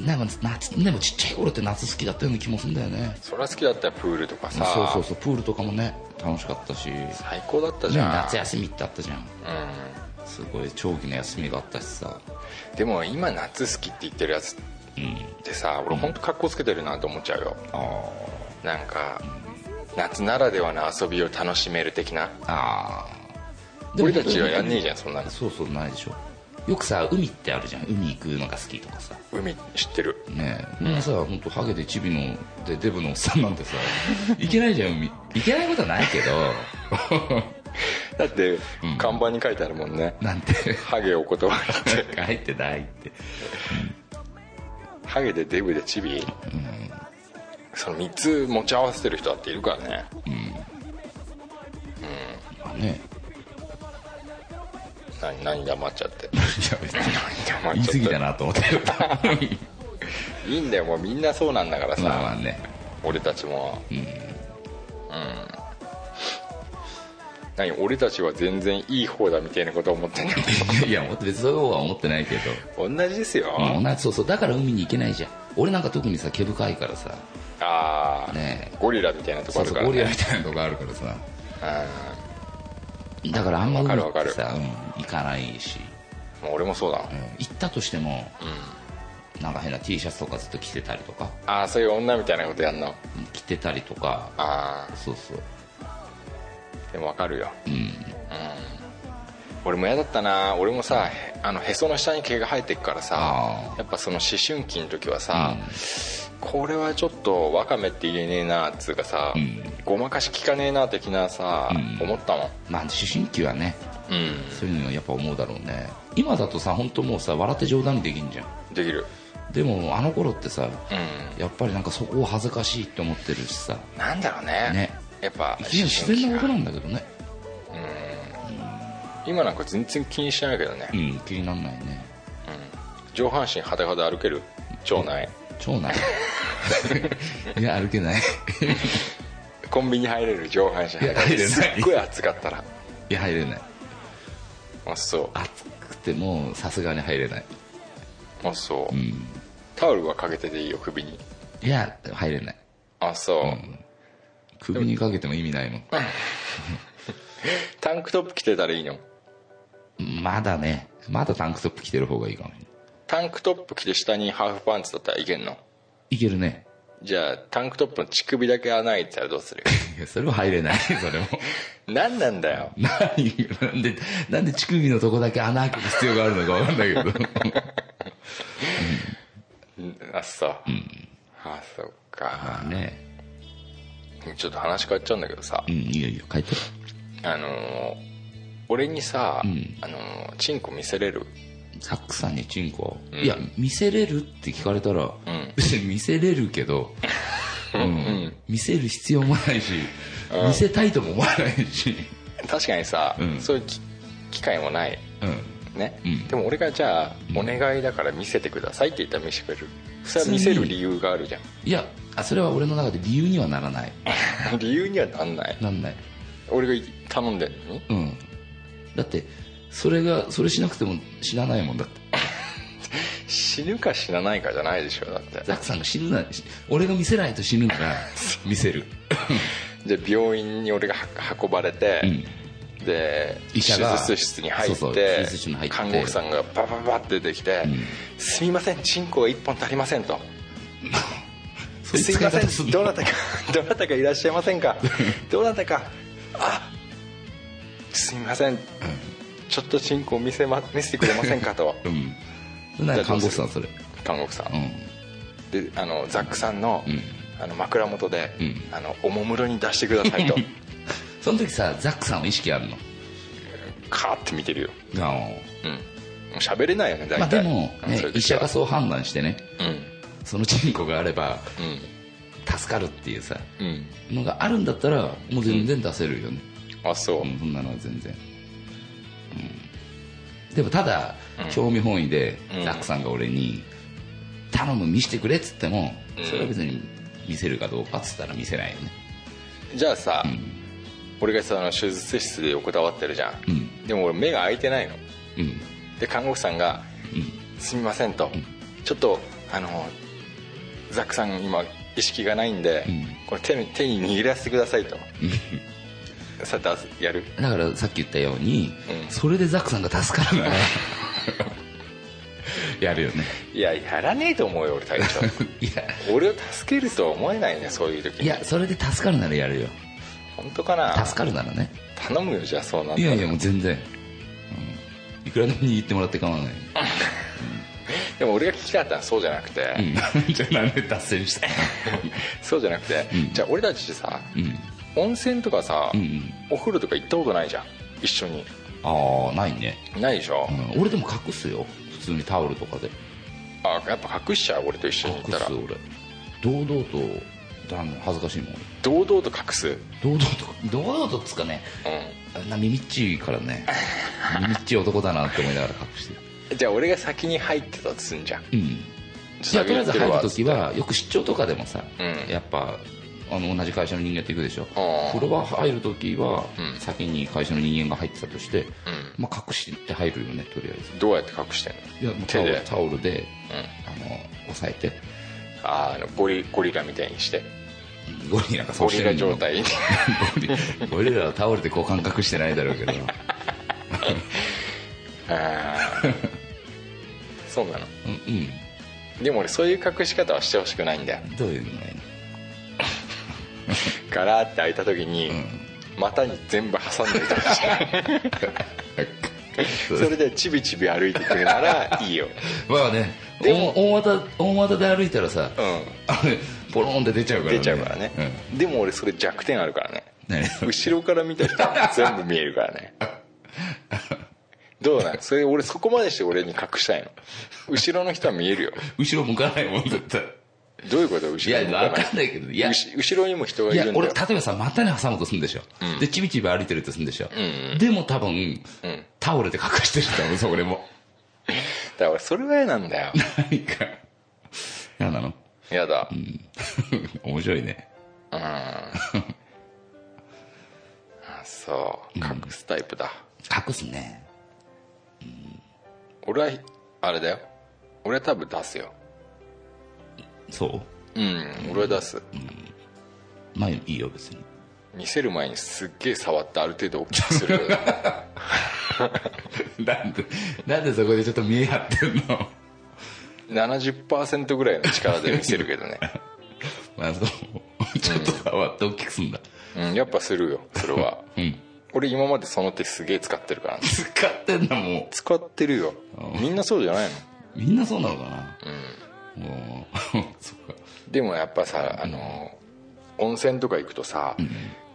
Speaker 3: なんか夏でもちっちゃい頃って夏好きだったような気もするんだよね
Speaker 4: そりゃ好きだったらプールとかさ
Speaker 3: そうそうそうプールとかもね楽しかったし、ね、
Speaker 4: 最高だったじゃん
Speaker 3: 夏休みってあったじゃん
Speaker 4: う
Speaker 3: すごい長期の休みがあったしさ
Speaker 4: んでも今夏好きって言ってるやつ
Speaker 3: うん
Speaker 4: ってさ俺本当格好つけてるなと思っちゃうよ
Speaker 3: あー
Speaker 4: なんか夏ならではの遊びを楽しめる的な
Speaker 3: あーでも
Speaker 4: 俺たちはやんねえじゃんそんなの
Speaker 3: そうそうないでしょよくさ海ってあるじゃん海行くのが好きとかさ
Speaker 4: 海知ってる
Speaker 3: ねえみんなさ本当ハゲでチビのでデブのおっさんなんてさ いけないじゃん海いけないことはないけ ど
Speaker 4: だって
Speaker 3: うん
Speaker 4: 看板に書いてあるもんね
Speaker 3: なんて
Speaker 4: ハゲお断りって
Speaker 3: 入ってないって
Speaker 4: ハゲでデブでチビ、その3つ持ち合わせてる人だっているからね
Speaker 3: まあね
Speaker 4: 何何黙っちゃって
Speaker 3: いや別に
Speaker 4: 何黙っ
Speaker 3: 言い
Speaker 4: ちゃって
Speaker 3: 過ぎだなと思ってる
Speaker 4: いいんだよもうみんなそうなんだからさ、
Speaker 3: まあまあね
Speaker 4: 俺たちもうん、何俺たちは全然いい方だみたいなこと思ってんの
Speaker 3: いやもっと別の方は思ってないけど
Speaker 4: 同じですよ、
Speaker 3: うん同じそうそうだから海に行けないじゃん俺なんか特にさ毛深いからさ
Speaker 4: ああ、
Speaker 3: ねえ
Speaker 4: ゴリラみたいなとこ
Speaker 3: そ
Speaker 4: あ
Speaker 3: う
Speaker 4: る
Speaker 3: そ
Speaker 4: か
Speaker 3: う
Speaker 4: ら
Speaker 3: ゴリラ
Speaker 4: ね
Speaker 3: みたいなとこあるからさ
Speaker 4: う
Speaker 3: だからあんま
Speaker 4: わか
Speaker 3: 海っ
Speaker 4: るわか
Speaker 3: て
Speaker 4: る
Speaker 3: さ、うん、行かないし、
Speaker 4: んもう俺もそうだもん
Speaker 3: うん行ったとしても、なんか変な T シャツとかずっと着てたりとか
Speaker 4: ああそういう女みたいなことやんの
Speaker 3: うん着てたりとか
Speaker 4: あ
Speaker 3: そうそう
Speaker 4: あでもわかるよ
Speaker 3: うん
Speaker 4: 俺も嫌だったな俺もさへあのへその下に毛が生えてくからさ
Speaker 3: あー
Speaker 4: やっぱその思春期の時はさ、これはちょっとワカメって言えねえなっつうかさ、
Speaker 3: ん
Speaker 4: ごまかしきかねえな的なさ、
Speaker 3: うん
Speaker 4: 思ったもん
Speaker 3: まあ思春期はね
Speaker 4: うん
Speaker 3: そういうのやっぱ思うだろうね今だとさ本当もうさ笑って冗談にできんじゃん
Speaker 4: できる
Speaker 3: でもあの頃ってさ
Speaker 4: うん
Speaker 3: やっぱりなんかそこを恥ずかしいって思ってるしさ
Speaker 4: なんだろうね
Speaker 3: ね
Speaker 4: やっぱ
Speaker 3: 一見自然なこと
Speaker 4: 思春
Speaker 3: なんだけどね
Speaker 4: 期が今なんか全然気にしてないけどね、
Speaker 3: うん気になんないね
Speaker 4: 上半身裸で歩ける町内
Speaker 3: 長男 いや歩けない
Speaker 4: コンビニ入れる上半身
Speaker 3: いや
Speaker 4: 裸
Speaker 3: 入れない
Speaker 4: すっごい暑かったら
Speaker 3: いや入れない
Speaker 4: あそ
Speaker 3: 暑くてもうさすがに入れないう
Speaker 4: あそう、
Speaker 3: うん
Speaker 4: タオルはかけてていいよ首に
Speaker 3: いや入れない
Speaker 4: あそう、
Speaker 3: 首にかけても意味ないも
Speaker 4: タンクトップ着てたらいいの
Speaker 3: んまだねまだタンクトップ着てる方がいいかも
Speaker 4: タンクトップ着て下にハーフパンツだったらいけんの
Speaker 3: いけるね
Speaker 4: じゃあタンクトップの乳首だけ穴開いてたらど うする
Speaker 3: いやそれは入れない それも
Speaker 4: 何なんだよ
Speaker 3: 何なんでなんで乳首のとこだけ穴開ける必要があるのかわかんないけ ど
Speaker 4: んあそう、あそっか、
Speaker 3: ね
Speaker 4: ちょっと話変わっちゃうんだけどさ
Speaker 3: う、んいいよいいよ帰って
Speaker 4: あのー俺にさ、
Speaker 3: ん
Speaker 4: あのーチンコ見せれる
Speaker 3: サックさんにチンコ、
Speaker 4: ん
Speaker 3: いや見せれるって聞かれたら、
Speaker 4: ん
Speaker 3: 別 に見せれるけど、 うん見せる必要もないし、見せたいとも思わないし、
Speaker 4: 確かにさ、
Speaker 3: うん
Speaker 4: そういうき機会もない
Speaker 3: うん、
Speaker 4: ね、
Speaker 3: うん
Speaker 4: でも俺がじゃあ、お願いだから見せてくださいって言ったら見せてくれるそれは見せる理由があるじゃ
Speaker 3: いやあそれは俺の中で理由にはならない
Speaker 4: ん 理由にはなんない
Speaker 3: なんない、
Speaker 4: 俺が頼んでんのに
Speaker 3: うん、だってそれがそれしなくても死なないもんだって
Speaker 4: 死ぬか死なないかじゃないでしょだって
Speaker 3: ザックさんが死ぬなし俺が見せないと死ぬなら見せ る
Speaker 4: で病院に俺がは運ばれて、で
Speaker 3: 医者が
Speaker 4: 手術室に入って
Speaker 3: そうそう手術室に入って
Speaker 4: 看護婦さんがバババって出てきて「すみませんチンコが1本足りません」と
Speaker 3: そういう
Speaker 4: 「す
Speaker 3: 使い
Speaker 4: みま
Speaker 3: 方
Speaker 4: せ
Speaker 3: す
Speaker 4: ん
Speaker 3: る
Speaker 4: どなたか どなたかいらっしゃいませ んかどなたかあすみませんちょっとチンコを見せ,、ま、見せてくれませんか」と
Speaker 3: うんそれなら看護師さんそれ
Speaker 4: 看護婦さん
Speaker 3: うん
Speaker 4: であのザックさんの,、
Speaker 3: ん
Speaker 4: あの枕元で、
Speaker 3: うん
Speaker 4: あのおもむろに出してください と
Speaker 3: その時さザックさんは意識あるの
Speaker 4: カーって見てるよ
Speaker 3: あの
Speaker 4: うんもう喋れないよね大体、
Speaker 3: まあでも、
Speaker 4: うん
Speaker 3: ね
Speaker 4: そういう時は
Speaker 3: 医者がそう判断してね
Speaker 4: うん
Speaker 3: そのチンコがあれば
Speaker 4: う
Speaker 3: 助かるっていうさ
Speaker 4: んうん
Speaker 3: のがあるんだったらもう全然出せるよね、
Speaker 4: あそう、
Speaker 3: うんそんなのは全然、うん、でもただ、興味本位で
Speaker 4: うん
Speaker 3: ザックさんが俺に「頼む見せてくれ」っつっても
Speaker 4: うん
Speaker 3: それは別に見せるかどうかっつったら見せないよね
Speaker 4: じゃあさ、俺がさあの手術室で横たわってるじゃん、
Speaker 3: ん
Speaker 4: でも俺目が開いてないの
Speaker 3: うん
Speaker 4: で看護婦さんが「すみませんと、ちょっとあのザックさん今意識がないんで、
Speaker 3: うん
Speaker 4: これ手に手に握らせてくださいとさてやる
Speaker 3: だからさっき言ったように、
Speaker 4: うん
Speaker 3: それでザックさんが助かるならやるよね
Speaker 4: い ややらねえと思うよ俺隊長
Speaker 3: いや
Speaker 4: 俺を助けるとは思えないねそういう時に
Speaker 3: いやそれで助かるならやるよ
Speaker 4: 本当かな
Speaker 3: 助かるならね
Speaker 4: 頼むよじゃあそうなったら
Speaker 3: いやいやもう全然、うんいくらでも握ってもらって構わない
Speaker 4: でも俺が聞きたかったのはそうじゃなくて、
Speaker 3: うん じゃあなんで脱線 した
Speaker 4: そうじゃなくて、
Speaker 3: うん
Speaker 4: じゃあ俺たちってさ
Speaker 3: うん
Speaker 4: 温泉とかさ、
Speaker 3: うんうん
Speaker 4: お風呂とか行ったことないじゃん一緒に
Speaker 3: ああないね、
Speaker 4: ないでしょ、
Speaker 3: うん、俺でも隠すよ普通にタオルとかで
Speaker 4: あやっぱ隠しちゃう俺と一緒に行っ
Speaker 3: 隠
Speaker 4: たら
Speaker 3: す俺堂々とだん恥ずかしいもん
Speaker 4: 堂々と隠すうん
Speaker 3: 堂々と堂々とっつうかねあんな耳っちいから ね耳っちい男だなって思いながら隠してる
Speaker 4: じゃあ俺が先に入ってたとすんじゃん
Speaker 3: うんじゃあとりあえず入る時
Speaker 4: は
Speaker 3: はよく出張とかでもさ、
Speaker 4: うん
Speaker 3: やっぱあの同じ会社の人間と行くでしょ
Speaker 4: あー
Speaker 3: 風呂場入る時は
Speaker 4: うん
Speaker 3: 先に会社の人間が入ってたとして、まあ、隠して入るよねとりあえ
Speaker 4: どうやって隠してんの
Speaker 3: ずいやもうタ
Speaker 4: 手
Speaker 3: オ
Speaker 4: で
Speaker 3: ルタオルで、
Speaker 4: うん
Speaker 3: あの押さえて
Speaker 4: あーあのゴリゴリラみたいにして
Speaker 3: ゴリなんかそ
Speaker 4: ゴ
Speaker 3: うしてる
Speaker 4: リラ
Speaker 3: の
Speaker 4: 状 態に
Speaker 3: ゴリゴリラは倒れてこう感覚してないだろうけど
Speaker 4: あーそうなの
Speaker 3: うん、うん
Speaker 4: でも俺そういう隠し方はしてほしくないんだよ
Speaker 3: どういうのがいいの
Speaker 4: ガラーって開いた時に、股に全部挟んでいたりしてそれでチビチビ歩いてくるならいいよ
Speaker 3: まあね
Speaker 4: でも
Speaker 3: 大大股大股で歩いたらさ、
Speaker 4: う
Speaker 3: あれポロンって出ちゃうか
Speaker 4: ん
Speaker 3: らね
Speaker 4: 出ちゃうからね、でも俺それ弱点あるからね
Speaker 3: うんね
Speaker 4: 後ろから見た人は全部見えるからねどうなんそれ俺そこまでして俺に隠したいの後ろの人は見えるよ
Speaker 3: 後ろ向かないもん絶対
Speaker 4: どういうこと後
Speaker 3: い
Speaker 4: ろ
Speaker 3: や
Speaker 4: に向
Speaker 3: わ
Speaker 4: か
Speaker 3: かん
Speaker 4: な
Speaker 3: ないいけどいや
Speaker 4: 後後ろにも人がい
Speaker 3: いや
Speaker 4: るんだ
Speaker 3: 俺
Speaker 4: よ
Speaker 3: 例えばさ股に挟むとすんでしょ、でちびちび歩いてるとすんでしょ、
Speaker 4: うんうん
Speaker 3: でも多分、
Speaker 4: ん
Speaker 3: タオルで隠してると思うそれも
Speaker 4: だから俺それは嫌なんだよ
Speaker 3: 何か何なの
Speaker 4: 嫌だ
Speaker 3: 面白いね
Speaker 4: うんあそう隠すタイプだ、
Speaker 3: 隠すね
Speaker 4: 俺はあれだよ俺は多分出すよ
Speaker 3: そう
Speaker 4: うん俺は出す
Speaker 3: まあいいよ別に
Speaker 4: 見せる前にすっげえ触ってある程度大きくする
Speaker 3: なんでなんでそこでちょっと見え張ってんの
Speaker 4: 70%ぐらいの力で見せるけどね、
Speaker 3: まあそうちょっと触って大きくすんだ
Speaker 4: うん、やっぱするよそれは
Speaker 3: うん
Speaker 4: 俺今までその手すげえ使ってるからね
Speaker 3: 使ってんだも
Speaker 4: 使ってるよみんなそうじゃないの
Speaker 3: うみんなそうなのかなもう そっか
Speaker 4: でもやっぱさあの温泉とか行くとさ、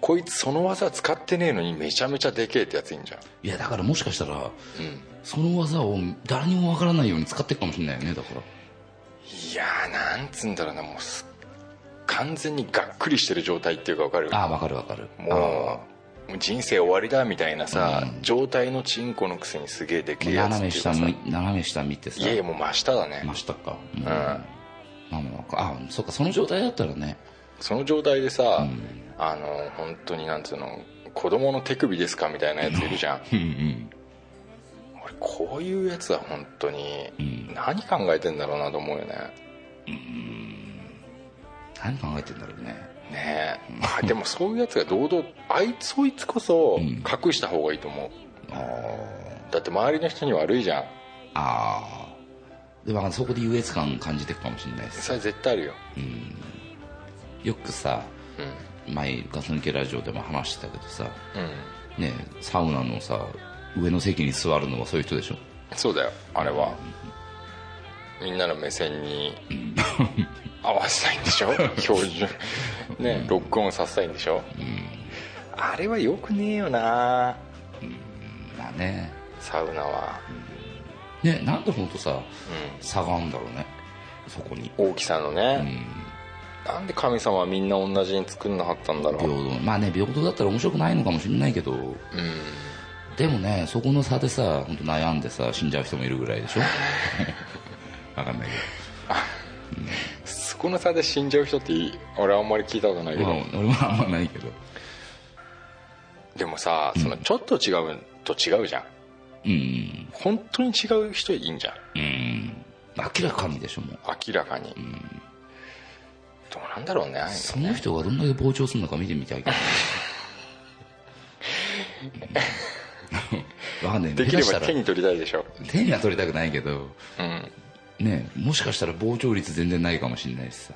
Speaker 4: こいつその技使ってねえのにめちゃめちゃでけえってやついんじゃん
Speaker 3: いやだからもしかしたら、その技を誰にもわからないように使ってるかもしれないよねだから
Speaker 4: いやーなんつうんだろうなもうす完全にがっくりしてる状態っていうかわかる
Speaker 3: ああわかるわかる
Speaker 4: もうもう人生終わりだみたいなさ、状態のチンコのくせにすげえで
Speaker 3: あ
Speaker 4: け
Speaker 3: ー
Speaker 4: えやつっ
Speaker 3: 斜
Speaker 4: てい
Speaker 3: め
Speaker 4: うか
Speaker 3: 下
Speaker 4: さ
Speaker 3: 向い斜め下見てさ
Speaker 4: いやいやもう真下だね、
Speaker 3: 真下かうん
Speaker 4: ん
Speaker 3: まあまあわかあーそっかその状態だったらね
Speaker 4: その状態でさ、あの本当になんつうの子供の手首ですかみたいなやついるじゃん
Speaker 3: うんうん
Speaker 4: 俺こういうやつは本当に何考えてんだろうなと思うよね
Speaker 3: 何考えてんだろうね
Speaker 4: ねえ、まあ、でもそういうやつが堂々あいつそいつこそ隠した方がいいと思う、
Speaker 3: あー
Speaker 4: だって周りの人に悪いじゃん
Speaker 3: あーでわかんないそこで優越感感じてるかもしれないです
Speaker 4: それ絶対あるよ
Speaker 3: よくさ
Speaker 4: うん
Speaker 3: 前ガス抜けラジオでも話してたけどさ
Speaker 4: うん
Speaker 3: ねえサウナのさ上の席に座るのはそういう人でしょ
Speaker 4: そうだよあれはみんなの目線に合わせたいんでしょ標準ねロックオンさせたいんでしょあれはよくねえよな
Speaker 3: まあね
Speaker 4: サウナは
Speaker 3: ねなんで本当さ、差があんだろうねそこに
Speaker 4: 大きさのねなんで神様はみんな同じに作んなかったんだろ
Speaker 3: 平
Speaker 4: う
Speaker 3: 等まあね平等だったら面白くないのかもしれないけど、でもねそこの差でさ本当悩んでさ死んじゃう人もいるぐらいでしょ わかんない
Speaker 4: そこの差で死んじゃう人っていい俺はあんまり聞いたことない
Speaker 3: け
Speaker 4: け
Speaker 3: ど、
Speaker 4: ど、
Speaker 3: まあ、俺もあんまないけど
Speaker 4: でもさそのちょっと違うと違うじゃん
Speaker 3: うん
Speaker 4: 本当に違う人いいんじゃん
Speaker 3: うん明らかにでしょもう
Speaker 4: 明らかに、どうなんだろうねああいうの
Speaker 3: その人がどんだけ膨張するのか見てみたい けどうんわかんない
Speaker 4: でき
Speaker 3: 下
Speaker 4: れ
Speaker 3: 手した
Speaker 4: ば
Speaker 3: ら
Speaker 4: 手に取りたいでしょ
Speaker 3: 手には取りたくないけど
Speaker 4: うん
Speaker 3: ねもしかしたら膨張率全然ないかもしれないしさ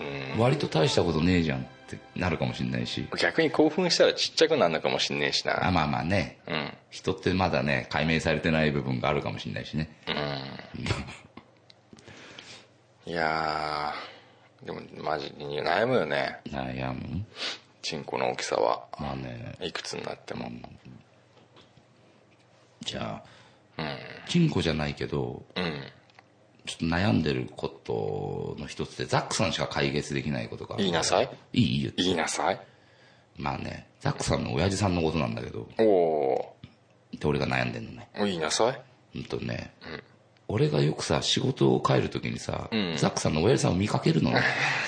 Speaker 4: うん
Speaker 3: 割と大したことねえじゃんってなるかもしれないし
Speaker 4: 逆に興奮したらちっちゃくなるのかもしんねえし
Speaker 3: あ
Speaker 4: な
Speaker 3: まあまあね
Speaker 4: うん
Speaker 3: 人ってまだね解明されてない部分があるかもしれないしね
Speaker 4: いやーでもマジに悩むよね
Speaker 3: 悩む
Speaker 4: チンコの大きさは
Speaker 3: まあね
Speaker 4: いくつになっても
Speaker 3: じゃあチンコじゃないけど
Speaker 4: うん
Speaker 3: ちょっと悩んでることの一つでザックさんしか解決できないことが
Speaker 4: 言いなさい
Speaker 3: いいいいよ
Speaker 4: 言いなさい
Speaker 3: まあねザックさんの親父さんのことなんだけど
Speaker 4: おお
Speaker 3: で俺が悩んでんのね
Speaker 4: ー言いなさい
Speaker 3: うんとね、俺がよくさ仕事を帰るときにさ、ザックさんの親父さんを見かけるのね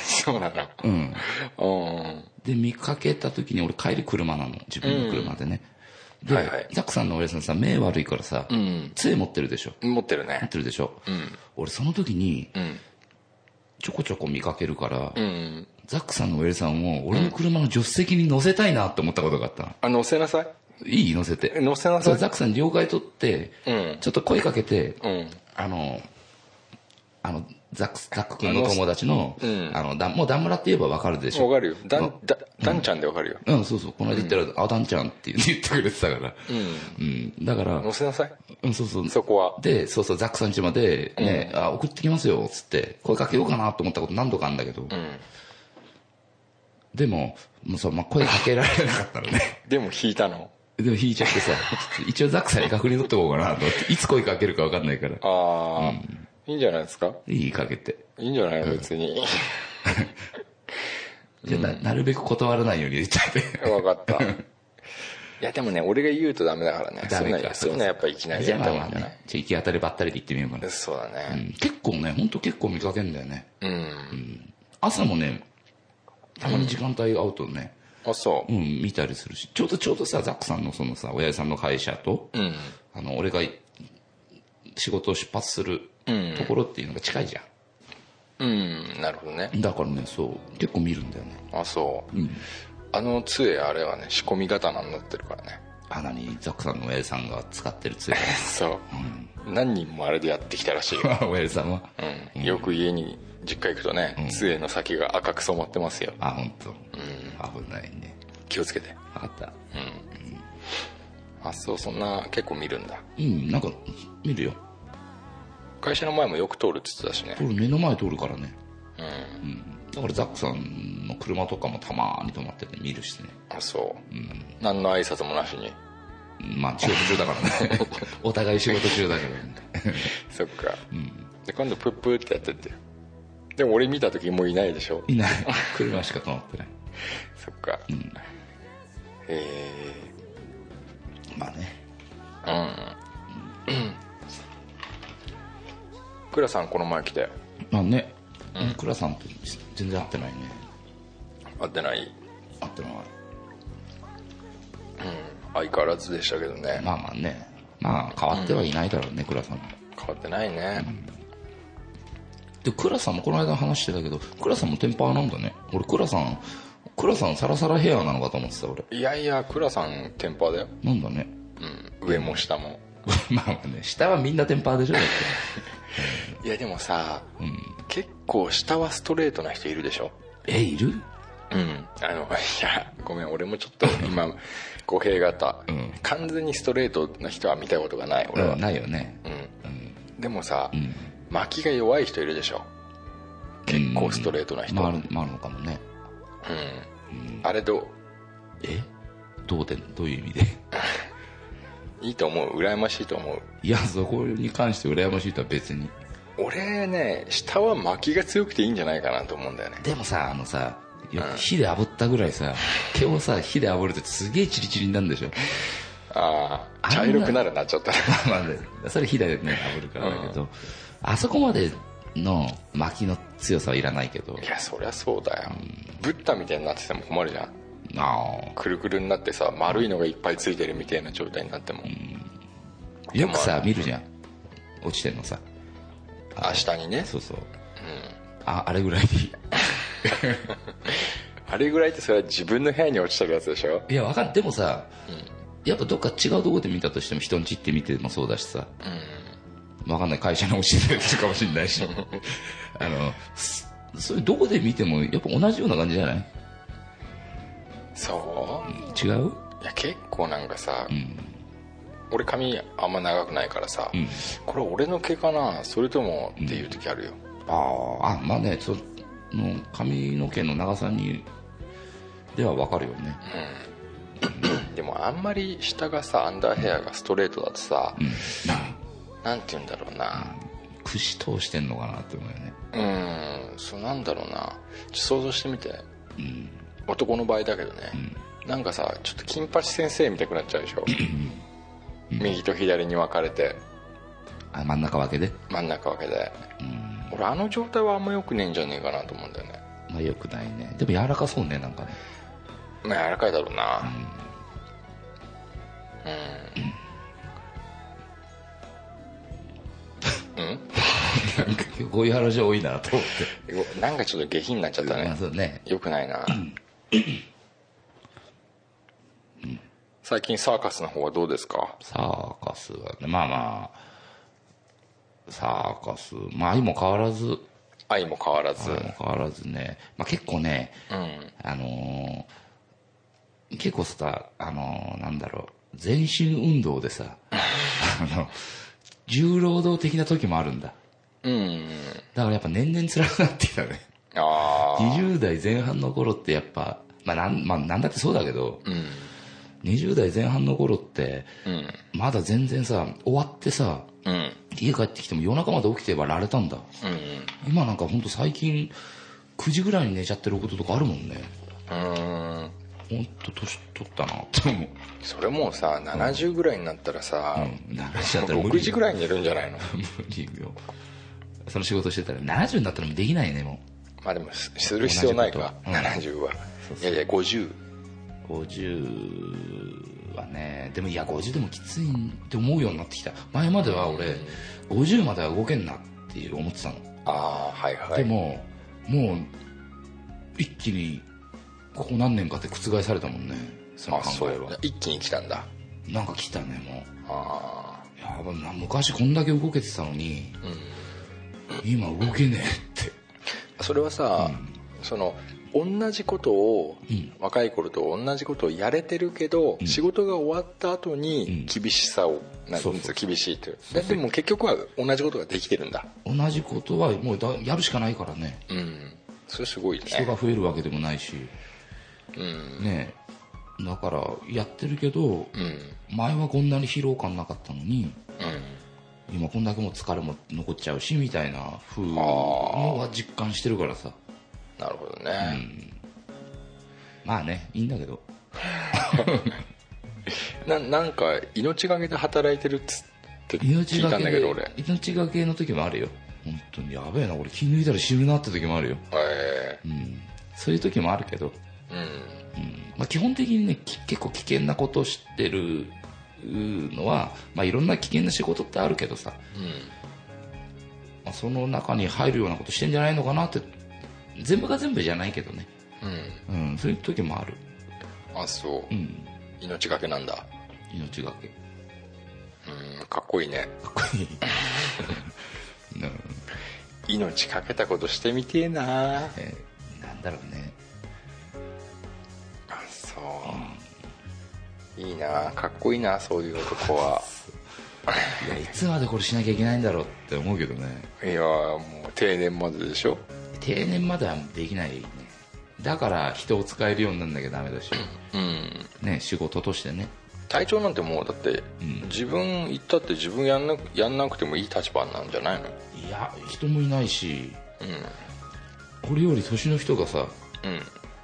Speaker 4: そうなの
Speaker 3: うん
Speaker 4: うん
Speaker 3: で見かけた時に俺帰り車なの自分の車でね、で、
Speaker 4: はいはい
Speaker 3: ザックさんの親父さんさ目悪いからさ、
Speaker 4: うん
Speaker 3: 杖持ってるでしょ
Speaker 4: 持ってる
Speaker 3: 持っ
Speaker 4: ね
Speaker 3: てるでしょ、
Speaker 4: うん
Speaker 3: 俺その時に
Speaker 4: うん
Speaker 3: ちょこちょこ見かけるから、
Speaker 4: うん
Speaker 3: ザックさんの親父さんを俺の車の助手席に乗せたいなって思ったことがあったの
Speaker 4: あ乗せなさい
Speaker 3: いい乗せて
Speaker 4: 乗せな
Speaker 3: そう
Speaker 4: さ
Speaker 3: ザッ
Speaker 4: い
Speaker 3: クさんに了解取って、
Speaker 4: うん
Speaker 3: ちょっと声かけて、
Speaker 4: うん
Speaker 3: あの、あの、ザック、ザック君の友達の、あ
Speaker 4: う
Speaker 3: の、
Speaker 4: ん
Speaker 3: だもうダンムラって言えばわかるでしょ。
Speaker 4: わかるよだんだだんちゃんでわかるよ
Speaker 3: うん、そうそう、この間言ったら、あ、ダンちゃんって言ってくれてたから。うん。だから
Speaker 4: 乗、せなさい
Speaker 3: うん、そうそう。
Speaker 4: そこは
Speaker 3: で、そうそう、ザックさん家まで、ね、あ、送ってきますよ、つって、声かけようかなと思ったこと何度かあるんだけど、
Speaker 4: うん
Speaker 3: でも、もうそう、まあ、声かけられなかったのね。
Speaker 4: でも引いたの
Speaker 3: でも引いちゃってさ、 一応ザックさんに確認取っておこうかなと思って、いつ声かけるかわかんないから。
Speaker 4: ああ、いいんじゃないですか
Speaker 3: いいかけて。
Speaker 4: いいんじゃないの別 に
Speaker 3: じゃあな、なるべく断らないように言っちゃって。
Speaker 4: わかったいやでもね俺が言うとダメだからねそんなそんなやっぱいき なり
Speaker 3: じゃ
Speaker 4: や
Speaker 3: あま
Speaker 4: った
Speaker 3: あ
Speaker 4: も
Speaker 3: まあ
Speaker 4: んじゃない
Speaker 3: ね。じゃあ行き当たりばったりで行ってみようかな。
Speaker 4: そうだ
Speaker 3: う
Speaker 4: ね
Speaker 3: ん結構ね、ほんと結構見かけんだよね。
Speaker 4: うん、
Speaker 3: 朝もね、たまに時間帯が合うとね、
Speaker 4: あそ
Speaker 3: うん、見たりするし、ちょうどちょうどさ、ザックさんのそのさ、親父さんの会社と、
Speaker 4: ううん
Speaker 3: あの、俺が仕事を出発する
Speaker 4: うん
Speaker 3: ところっていうのが近いじゃん。
Speaker 4: うんなるほどね
Speaker 3: だからね、そう、結構見るんだよね。
Speaker 4: あそう、あの杖あれはね仕込み刀になってるからね
Speaker 3: あ、なに、ザックさんの親父さんが使ってる 杖。
Speaker 4: そう、何人もあれでやってきたらしいよ、
Speaker 3: 親父さんは。
Speaker 4: うん、よく家に実家行くとね、杖の先が赤く染まってますよ
Speaker 3: あ、ほんと。危ないね。
Speaker 4: 気をつけて
Speaker 3: わかった。
Speaker 4: あそうそんな結構見るんだ
Speaker 3: うん、なんか、見るよ。
Speaker 4: 会社の前もよく通るって言ってたしね
Speaker 3: 通る目の前通るからね。
Speaker 4: うん
Speaker 3: うん。だからザックさんの車とかもたまに止まってて見るしね。
Speaker 4: あそう、何の挨拶もなしに
Speaker 3: うんまあ仕事中だからね。 お互い仕事中だからね。
Speaker 4: そっか、で今度プップーってやってってよでも俺見た時もういないでしょ
Speaker 3: いない。車しか止まってない。
Speaker 4: そっか、え
Speaker 3: まあね。
Speaker 4: ー倉さんこの前来て
Speaker 3: まあね。クラさんと全然会ってないね。
Speaker 4: 会ってない
Speaker 3: 会ってない。
Speaker 4: 相変わらずでしたけどね、
Speaker 3: まあまあね。まあ変わってはいないだろうね、クラさんも。
Speaker 4: 変わってないね、
Speaker 3: で、クラさんもこの間話してたけど、クラさんもテンパーなんだね。俺クラさん、クラさんサラサラヘアなのかと思ってた俺。
Speaker 4: いやいや倉さんテンパーだよ、
Speaker 3: なんだね。
Speaker 4: うん、上も下も
Speaker 3: まあまあね、下はみんなテンパーでしょだって。
Speaker 4: いやでもさ、結構下はストレートな人いるでしょ
Speaker 3: え、いる
Speaker 4: うんあのい やごめん俺もちょっ と今語弊があった、
Speaker 3: ん
Speaker 4: 完全にストレートな人は見たことがない俺は、
Speaker 3: うん、ないよね。
Speaker 4: でもさ、巻きが弱い人いるでしょ結構ストレートな人、
Speaker 3: まあ、あるまああるのかもね。
Speaker 4: あれどう
Speaker 3: えどうで、どういう意味で
Speaker 4: いいと思う羨ましいと思う
Speaker 3: いや、そこに関して羨ましいとは別に。
Speaker 4: 俺ね下は巻きが強くていいんじゃないかなと思うんだよね
Speaker 3: でもさ、あのさ、よく火で炙ったぐらいさ、毛をさ、火で炙るとすげえチリチリになるんでしょ。
Speaker 4: あ
Speaker 3: あ
Speaker 4: あ
Speaker 3: んな
Speaker 4: 茶色くなるなちょっとね
Speaker 3: まあね、それ火でね、炙るからだけど、あそこまでの薪の強さはいらないけど
Speaker 4: い、やそりゃそうだよブッダみたいになってても困るじゃん
Speaker 3: ああ
Speaker 4: くるくるになってさ丸いのがいっぱいついてるみたいな状態になっても
Speaker 3: よくさ見るじゃん落ちてんのさ
Speaker 4: 明日にね
Speaker 3: そうそう、ああれぐらいに
Speaker 4: あれぐらいってそれは自分の部屋に落ちてるやつでしょ
Speaker 3: いやわかんでもさ、やっぱどっか違うところで見たとしても人んち行って見てもそうだしさ、わかんない会社に落ちてるやつかもしれない しあのすそれどこで見てもやっぱ同じような感じじゃない
Speaker 4: そ
Speaker 3: 違う
Speaker 4: ういや結構なんかさ、俺髪あんま長くないからさ、これ俺の毛かなそれともっていう時あるよ、
Speaker 3: ああまあねその髪の毛の長さにではわかるよね、
Speaker 4: でもあんまり下がさアンダーヘアがストレートだとさ、なんて言うんだろうな
Speaker 3: 串通してんのかなって思うよね
Speaker 4: うんそうなんだろうなちょ想像してみて、男の場合だけどね、なんかさちょっと金八先生みたくなっちゃうでしょ、右と左に分かれて
Speaker 3: あ真ん中分けで、
Speaker 4: 真ん中分けで、俺あの状態はあんま良くねえんじゃねえかなと思うんだよね
Speaker 3: まあ、よくないねでも柔らかそうねなんかね
Speaker 4: まあ柔らかいだろうな
Speaker 3: なんかこういう話多いなと思って
Speaker 4: うなんかちょっと下品になっちゃった
Speaker 3: ま
Speaker 4: ね
Speaker 3: あそうね
Speaker 4: 良くないな、最近サーカスの方はどうですか
Speaker 3: サーカスはねまあまあサーカスまあ相も変わらず
Speaker 4: 愛も変わらず、
Speaker 3: 相も変わらずね、まあ、結構ね、あのー結構さあのーなんだろう全身運動で さあの重労働的な時もあるんだ
Speaker 4: うんうん
Speaker 3: だからやっぱ年々辛くなってきたね
Speaker 4: ああ
Speaker 3: 20代前半の頃ってやっぱ、まあなんまあ、なんだってそうだけど、20代前半の頃って、まだ全然さ終わってさ
Speaker 4: うんうん
Speaker 3: 家帰ってきても夜中まで起きてばられたんだ今なんかほんと最近9時ぐらいに寝ちゃってることとかあるもんね
Speaker 4: うんうん
Speaker 3: ほんと年取ったなって思う
Speaker 4: それもうさ70ぐらいになったらさ、
Speaker 3: 7時だったら無理
Speaker 4: 6時ぐらいに寝るんじゃないの
Speaker 3: 無理よその仕事してたら70になったらできないねも
Speaker 4: まあでもすする必要ないか、
Speaker 3: 同じ
Speaker 4: 70は、いやいや50
Speaker 3: う50はねでもいや50でもきついって思うようになってきた前までは俺50までは動けんなっていう思ってたの
Speaker 4: ああはいは
Speaker 3: で
Speaker 4: い
Speaker 3: ももう一気にここ何年かって覆されたもんねその
Speaker 4: あ
Speaker 3: 考
Speaker 4: そ
Speaker 3: え
Speaker 4: う
Speaker 3: は
Speaker 4: 一気に来たんだ
Speaker 3: なんか来たねもう
Speaker 4: あ
Speaker 3: いやばいな昔こんだけ動けてたのに、今動けねえって
Speaker 4: あそれはさ、その同じことを、若い頃と同じことをやれてるけど、仕事が終わった後に厳しさを、なんていうんですか厳しいというででも結局は同じことができてるんだ
Speaker 3: 同じことはもうだやるしかないからね
Speaker 4: うんそれすごいね
Speaker 3: 人が増えるわけでもないし、ねえだからやってるけど、
Speaker 4: うん
Speaker 3: 前はこんなに疲労感なかったのに今こんだけもう疲れも残っちゃうしみたいな風のは実感してるからさ
Speaker 4: なるほどね、
Speaker 3: まあねいいんだけど
Speaker 4: ななんか命がけで働いてるっつって
Speaker 3: 命
Speaker 4: 聞い
Speaker 3: が
Speaker 4: たん
Speaker 3: け
Speaker 4: だけ
Speaker 3: で
Speaker 4: ど俺
Speaker 3: 命がけの時もあるよ本当にやべえな俺気抜いたら死ぬなって時もあるよ
Speaker 4: え
Speaker 3: そういう時もあるけど、
Speaker 4: えうん
Speaker 3: まあ、基本的にねき結構危険なことを知ってるのは、まあ、いろんな危険な仕事ってあるけどさ、まあ、その中に入るようなことしてんじゃないのかなって全部が全部じゃないけどね、うんそういう時もある、
Speaker 4: あそ
Speaker 3: う
Speaker 4: う、
Speaker 3: ん、
Speaker 4: 命がけなんだ
Speaker 3: 命がけか
Speaker 4: うんかっこいいね
Speaker 3: っこいい、 うん
Speaker 4: 命かけたことしてみてえな
Speaker 3: えーなんだろうね
Speaker 4: あそういいなかっこいいなそういう男は
Speaker 3: いやいつまでこれしなきゃいけないんだろうって思うけどね
Speaker 4: いやもう定年まででしょ
Speaker 3: 定年まではできないねだから人を使えるようにならなきゃダメだし、
Speaker 4: うん
Speaker 3: ね、仕事としてね
Speaker 4: 体調なんてもうだって、自分行ったって自分やんなやんなくてもいい立場なんじゃないの
Speaker 3: いや人もいないし、これより年の人がさ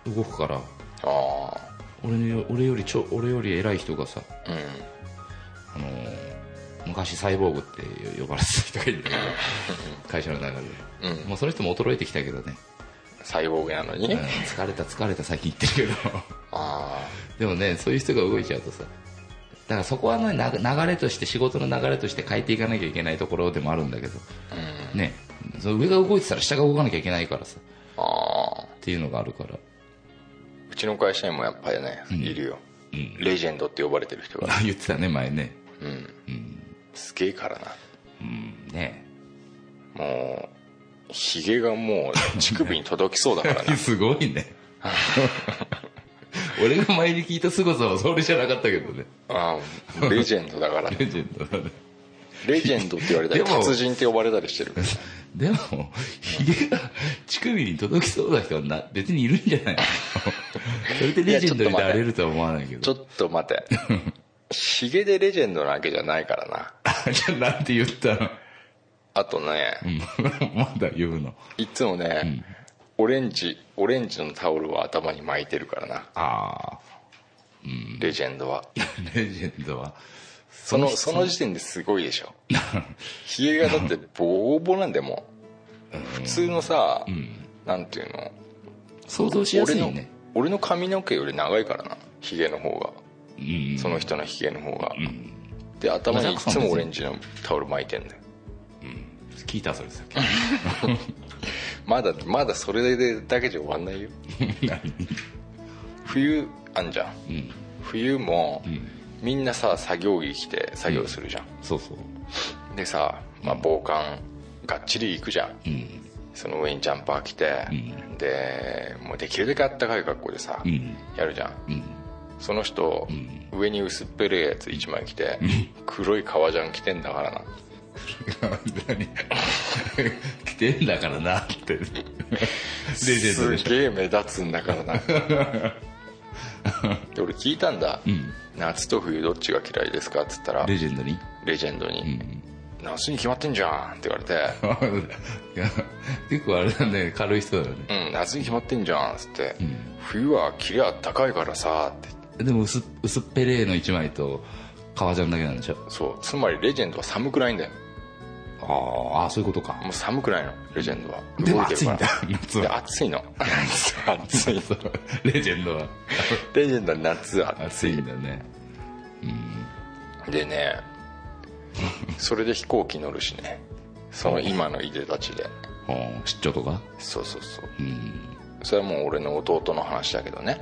Speaker 4: うん
Speaker 3: 動くから
Speaker 4: ああ
Speaker 3: 俺のよ俺よりちょ俺より偉い人がさ、
Speaker 4: う
Speaker 3: あのー昔サイボーグって呼ばれてた人がいるんだけど会社の中で、
Speaker 4: う
Speaker 3: まあ、その人も衰えてきたけどね
Speaker 4: んサイボーグなのに、
Speaker 3: うん疲れた疲れた最近言ってるけど
Speaker 4: あ
Speaker 3: でもねそういう人が動いちゃうとさだからそこはねな流れとして仕事の流れとして変えていかなきゃいけないところでもあるんだけど
Speaker 4: あうん
Speaker 3: ねその上が動いてたら下が動かなきゃいけないからさ
Speaker 4: ああ
Speaker 3: っていうのがあるから
Speaker 4: うちの会社にもやっぱりねいるよ、レジェンドって呼ばれてる人が
Speaker 3: あ言ってたね前ね
Speaker 4: うん、すげえからな
Speaker 3: うんね
Speaker 4: もうひげがもう乳首に届きそうだか らな
Speaker 3: すごいね俺が前に聞いた凄さはそれじゃなかったけどね
Speaker 4: ああレジェンドだから
Speaker 3: レジェンドだね
Speaker 4: レジェンドって言われたり
Speaker 3: でも
Speaker 4: 達人って呼ばれたりしてるから
Speaker 3: でもひげが乳首に届きそうな人はな別にいるんじゃない それでレジェンドになれるとは思わないけ
Speaker 4: ちょ
Speaker 3: ど
Speaker 4: っと待てひげでレジェンドなわけじゃないからな
Speaker 3: あ じゃあなんて言ったの
Speaker 4: あとね、
Speaker 3: うん まだ言うの
Speaker 4: いつもね、オレンジオレンジのタオルは頭に巻いてるからな
Speaker 3: ああ
Speaker 4: レジェンドは
Speaker 3: レジェンドは
Speaker 4: そのその時点ですごいでしょひげがだってボーボーなんでもう普通のさ、なんていうの
Speaker 3: 想像しやす
Speaker 4: 俺
Speaker 3: い
Speaker 4: の
Speaker 3: ね
Speaker 4: 俺の髪の毛より長いからなひげの方が
Speaker 3: うん
Speaker 4: その人のひげの方が、で頭にいつもオレンジのタオル巻いてんだよ
Speaker 3: 聞いたそれさっき
Speaker 4: まだまだそれでだけじゃ終わんない よ冬あんじゃん、冬も、みんなさ作業着着て作業するじゃん、
Speaker 3: そうそう
Speaker 4: でさ、まあ、防寒がっちりいくじゃん、その上にジャンパー着て、でもうできるだけあったかい格好でさ、
Speaker 3: ん
Speaker 4: やるじゃん、その人、上に薄っぺれえやつ1枚着て、黒い革ジャン着てんだからな
Speaker 3: 何来てんだからなってレジェンドでし
Speaker 4: すげえ目立つん だからなで俺聞いたんだ、夏と冬どっちが嫌いですかっつったら
Speaker 3: ょレジェ ンドに
Speaker 4: レジェンドに、夏に決まってんじゃんって言わ れて
Speaker 3: あいや結構あれだね軽い人だね
Speaker 4: うん夏に決まってんじゃんっつって、冬はキレあったかいからさって
Speaker 3: でも薄薄っぺれの1枚と革ジャンだけなんでしょ
Speaker 4: そうつまりレジェンドは寒くないんだよ
Speaker 3: ああそういうことか
Speaker 4: もう寒くないのレジェンドは
Speaker 3: でも
Speaker 4: 動てるから
Speaker 3: 暑いんだ 夏は
Speaker 4: で暑いの暑い
Speaker 3: そうレジェンドは
Speaker 4: レジェンドは夏は
Speaker 3: 熱いんだね
Speaker 4: でねそれで飛行機乗るしねその今のいでたちで
Speaker 3: うん出張とか
Speaker 4: そうそうそうそれはもう俺の弟の話だけどね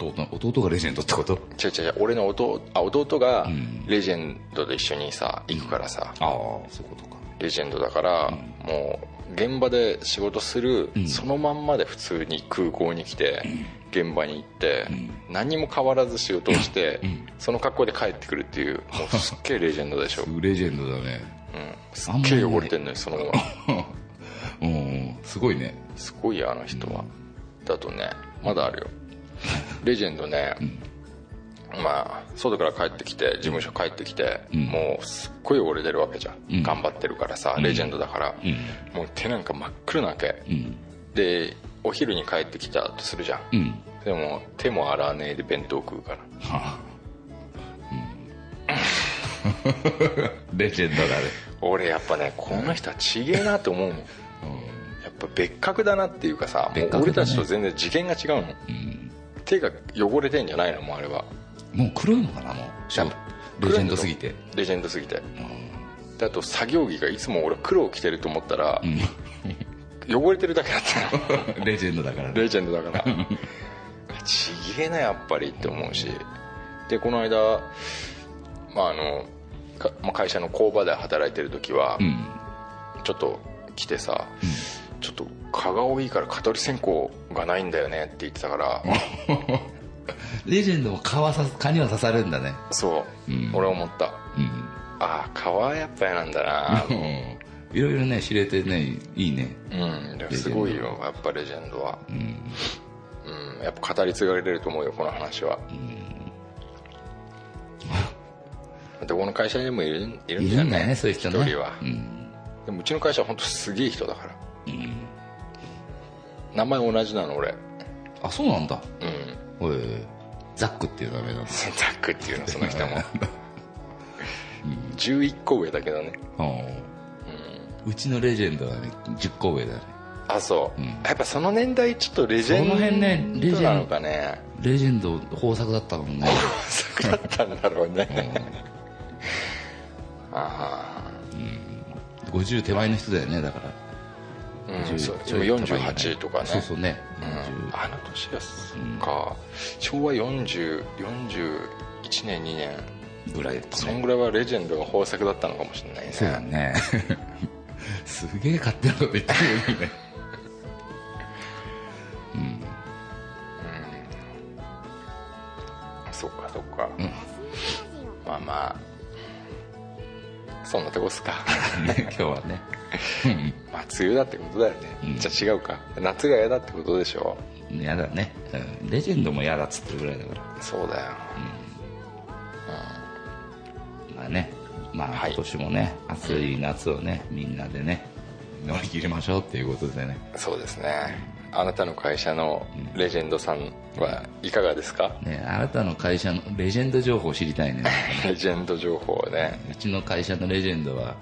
Speaker 3: 弟弟がレジェンドってこと
Speaker 4: 違う違う違う俺の弟あ弟がレジェンドと一緒にさ行くからさ
Speaker 3: ああそういうことか
Speaker 4: レジェンドだからもう現場で仕事するそのまんまで普通に空港に来て現場に行って何も変わらず仕事をしてその格好で帰ってくるっていうもう すっげえレジェンドでしょ
Speaker 3: レジェンドだね
Speaker 4: すっげえ汚れてんのにそのまま
Speaker 3: うんすごいね
Speaker 4: すごいよあの人は、だとねまだあるよレジェンドね、まあ外から帰ってきて事務所帰ってきて、もうすっごい汚れてるわけじゃん、頑張ってるからさレジェンドだから、もう手なんか真っ黒なわけ、でお昼に帰ってきたとするじゃ
Speaker 3: う
Speaker 4: ん、
Speaker 3: ん
Speaker 4: でも手も洗わねえで弁当食うから
Speaker 3: はあ うんレジェンドだね
Speaker 4: 俺やっぱねこの人はちげえなと思うもん、やっぱ別格だなっていうかさ、も
Speaker 3: 別
Speaker 4: う
Speaker 3: 格だね
Speaker 4: 俺たちと全然次元が違うの、手が汚れてんじゃないのもうあれは
Speaker 3: もう黒いのかなもう
Speaker 4: やっぱ
Speaker 3: レジェンドすぎて
Speaker 4: レジェンドすぎて、であと作業着がいつも俺黒を着てると思ったら、汚れてるだけだっ たの
Speaker 3: レジェンドだからね
Speaker 4: レジェンドだからちぎれなやっぱりって思うしでこの間、まああのかまあ会社の工場で働いてる時は、
Speaker 3: うん
Speaker 4: ちょっと来てさ、ちょっと蚊が多いから蚊取り線香がないんだよねって言ってたから、
Speaker 3: レジェンドも蚊はさ蚊には刺さるんだね
Speaker 4: そう、
Speaker 3: うん
Speaker 4: 俺思った
Speaker 3: うん
Speaker 4: ああ蚊はやっぱりなんだな
Speaker 3: うんいろいろね知れてねいいね
Speaker 4: うんでも
Speaker 3: レジェンド
Speaker 4: すごいよやっぱレジェンドはうん、やっぱ語り継がれてると思うよこの話は、どこの会社にもいるいるん
Speaker 3: い
Speaker 4: じゃ
Speaker 3: るんだ
Speaker 4: な
Speaker 3: よ
Speaker 4: い
Speaker 3: ねそういう人ね
Speaker 4: 一人は、
Speaker 3: うん
Speaker 4: でもうちの会社は本当すげえ人だから、名前同じなの俺うん
Speaker 3: あそうなんだおいザックっていう名前なんです
Speaker 4: ザックっていうのその人も11個上だけどね
Speaker 3: ああうちのレジェンドはね10個上だね
Speaker 4: あそう、
Speaker 3: うん
Speaker 4: やっぱその年代ちょっとレジェンド
Speaker 3: その辺ねレジェンド
Speaker 4: なのかね
Speaker 3: レジェンド豊作だったもん ね
Speaker 4: 作だったんだろうねあ
Speaker 3: 50手前の人だよねだから
Speaker 4: あうん
Speaker 3: 10
Speaker 4: そう
Speaker 3: ちょい手前ぐらい
Speaker 4: 48とかね
Speaker 3: そうそうね、
Speaker 4: うん
Speaker 3: 40
Speaker 4: あの年ですか、昭和4041年2年
Speaker 3: ぐらいだった
Speaker 4: そん
Speaker 3: ね
Speaker 4: ぐらいはレジェンドが豊作だったのかもしれないね
Speaker 3: そうだね すげえ勝手なこと言ってるよね
Speaker 4: そっかそっか、まあまあそんなとこっすか
Speaker 3: ね今日はね
Speaker 4: まあ梅雨だってことだよね、
Speaker 3: うん
Speaker 4: じゃあ違うか夏が嫌だってことでしょ
Speaker 3: 嫌だね、うんレジェンドも嫌だっつってるぐらいだから
Speaker 4: そうだよ、
Speaker 3: まあねまあ
Speaker 4: はい
Speaker 3: 今年もね、暑い夏をねみんなでね乗り切りましょうっていうことでね
Speaker 4: そうですねあなたの会社のレジェンドさんはいかがですか、
Speaker 3: ねあなたの会社のレジェンド情報を知りたいね
Speaker 4: レジェンド情報をね
Speaker 3: うちの会社のレジェンドは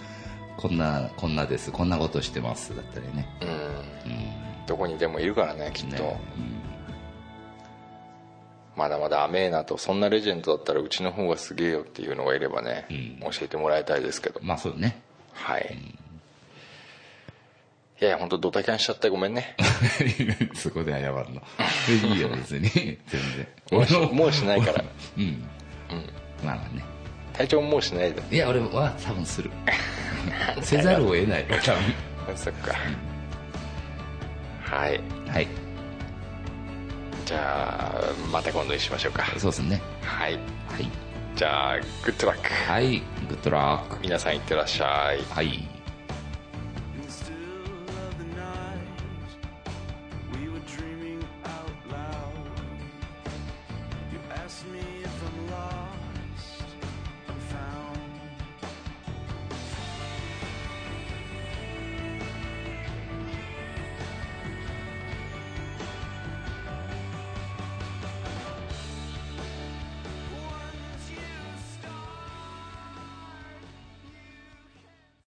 Speaker 3: こんなこんなですこんなことしてますだったりね
Speaker 4: うん、どこにでもいるからねきっと、
Speaker 3: ね
Speaker 4: まだまだ甘えなとそんなレジェンドだったらうちの方がすげえよっていうのがいればね、教えてもらいたいですけど
Speaker 3: まあそうね
Speaker 4: はい、いやいや本当ドタキャンしちゃってごめんね
Speaker 3: そこで謝るのいいよ別に全然
Speaker 4: もうしもうしないから
Speaker 3: うん、うん、まあまあね
Speaker 4: 体調ももうしないで
Speaker 3: いや俺は多分するせざるを得ない多
Speaker 4: そっかはい
Speaker 3: 分はい
Speaker 4: じゃあまた今度にしましょうか
Speaker 3: そうですね
Speaker 4: はい
Speaker 3: はい
Speaker 4: じゃあグッドラック
Speaker 3: はいグッドラック
Speaker 4: 皆さんいってらっしゃい
Speaker 3: はい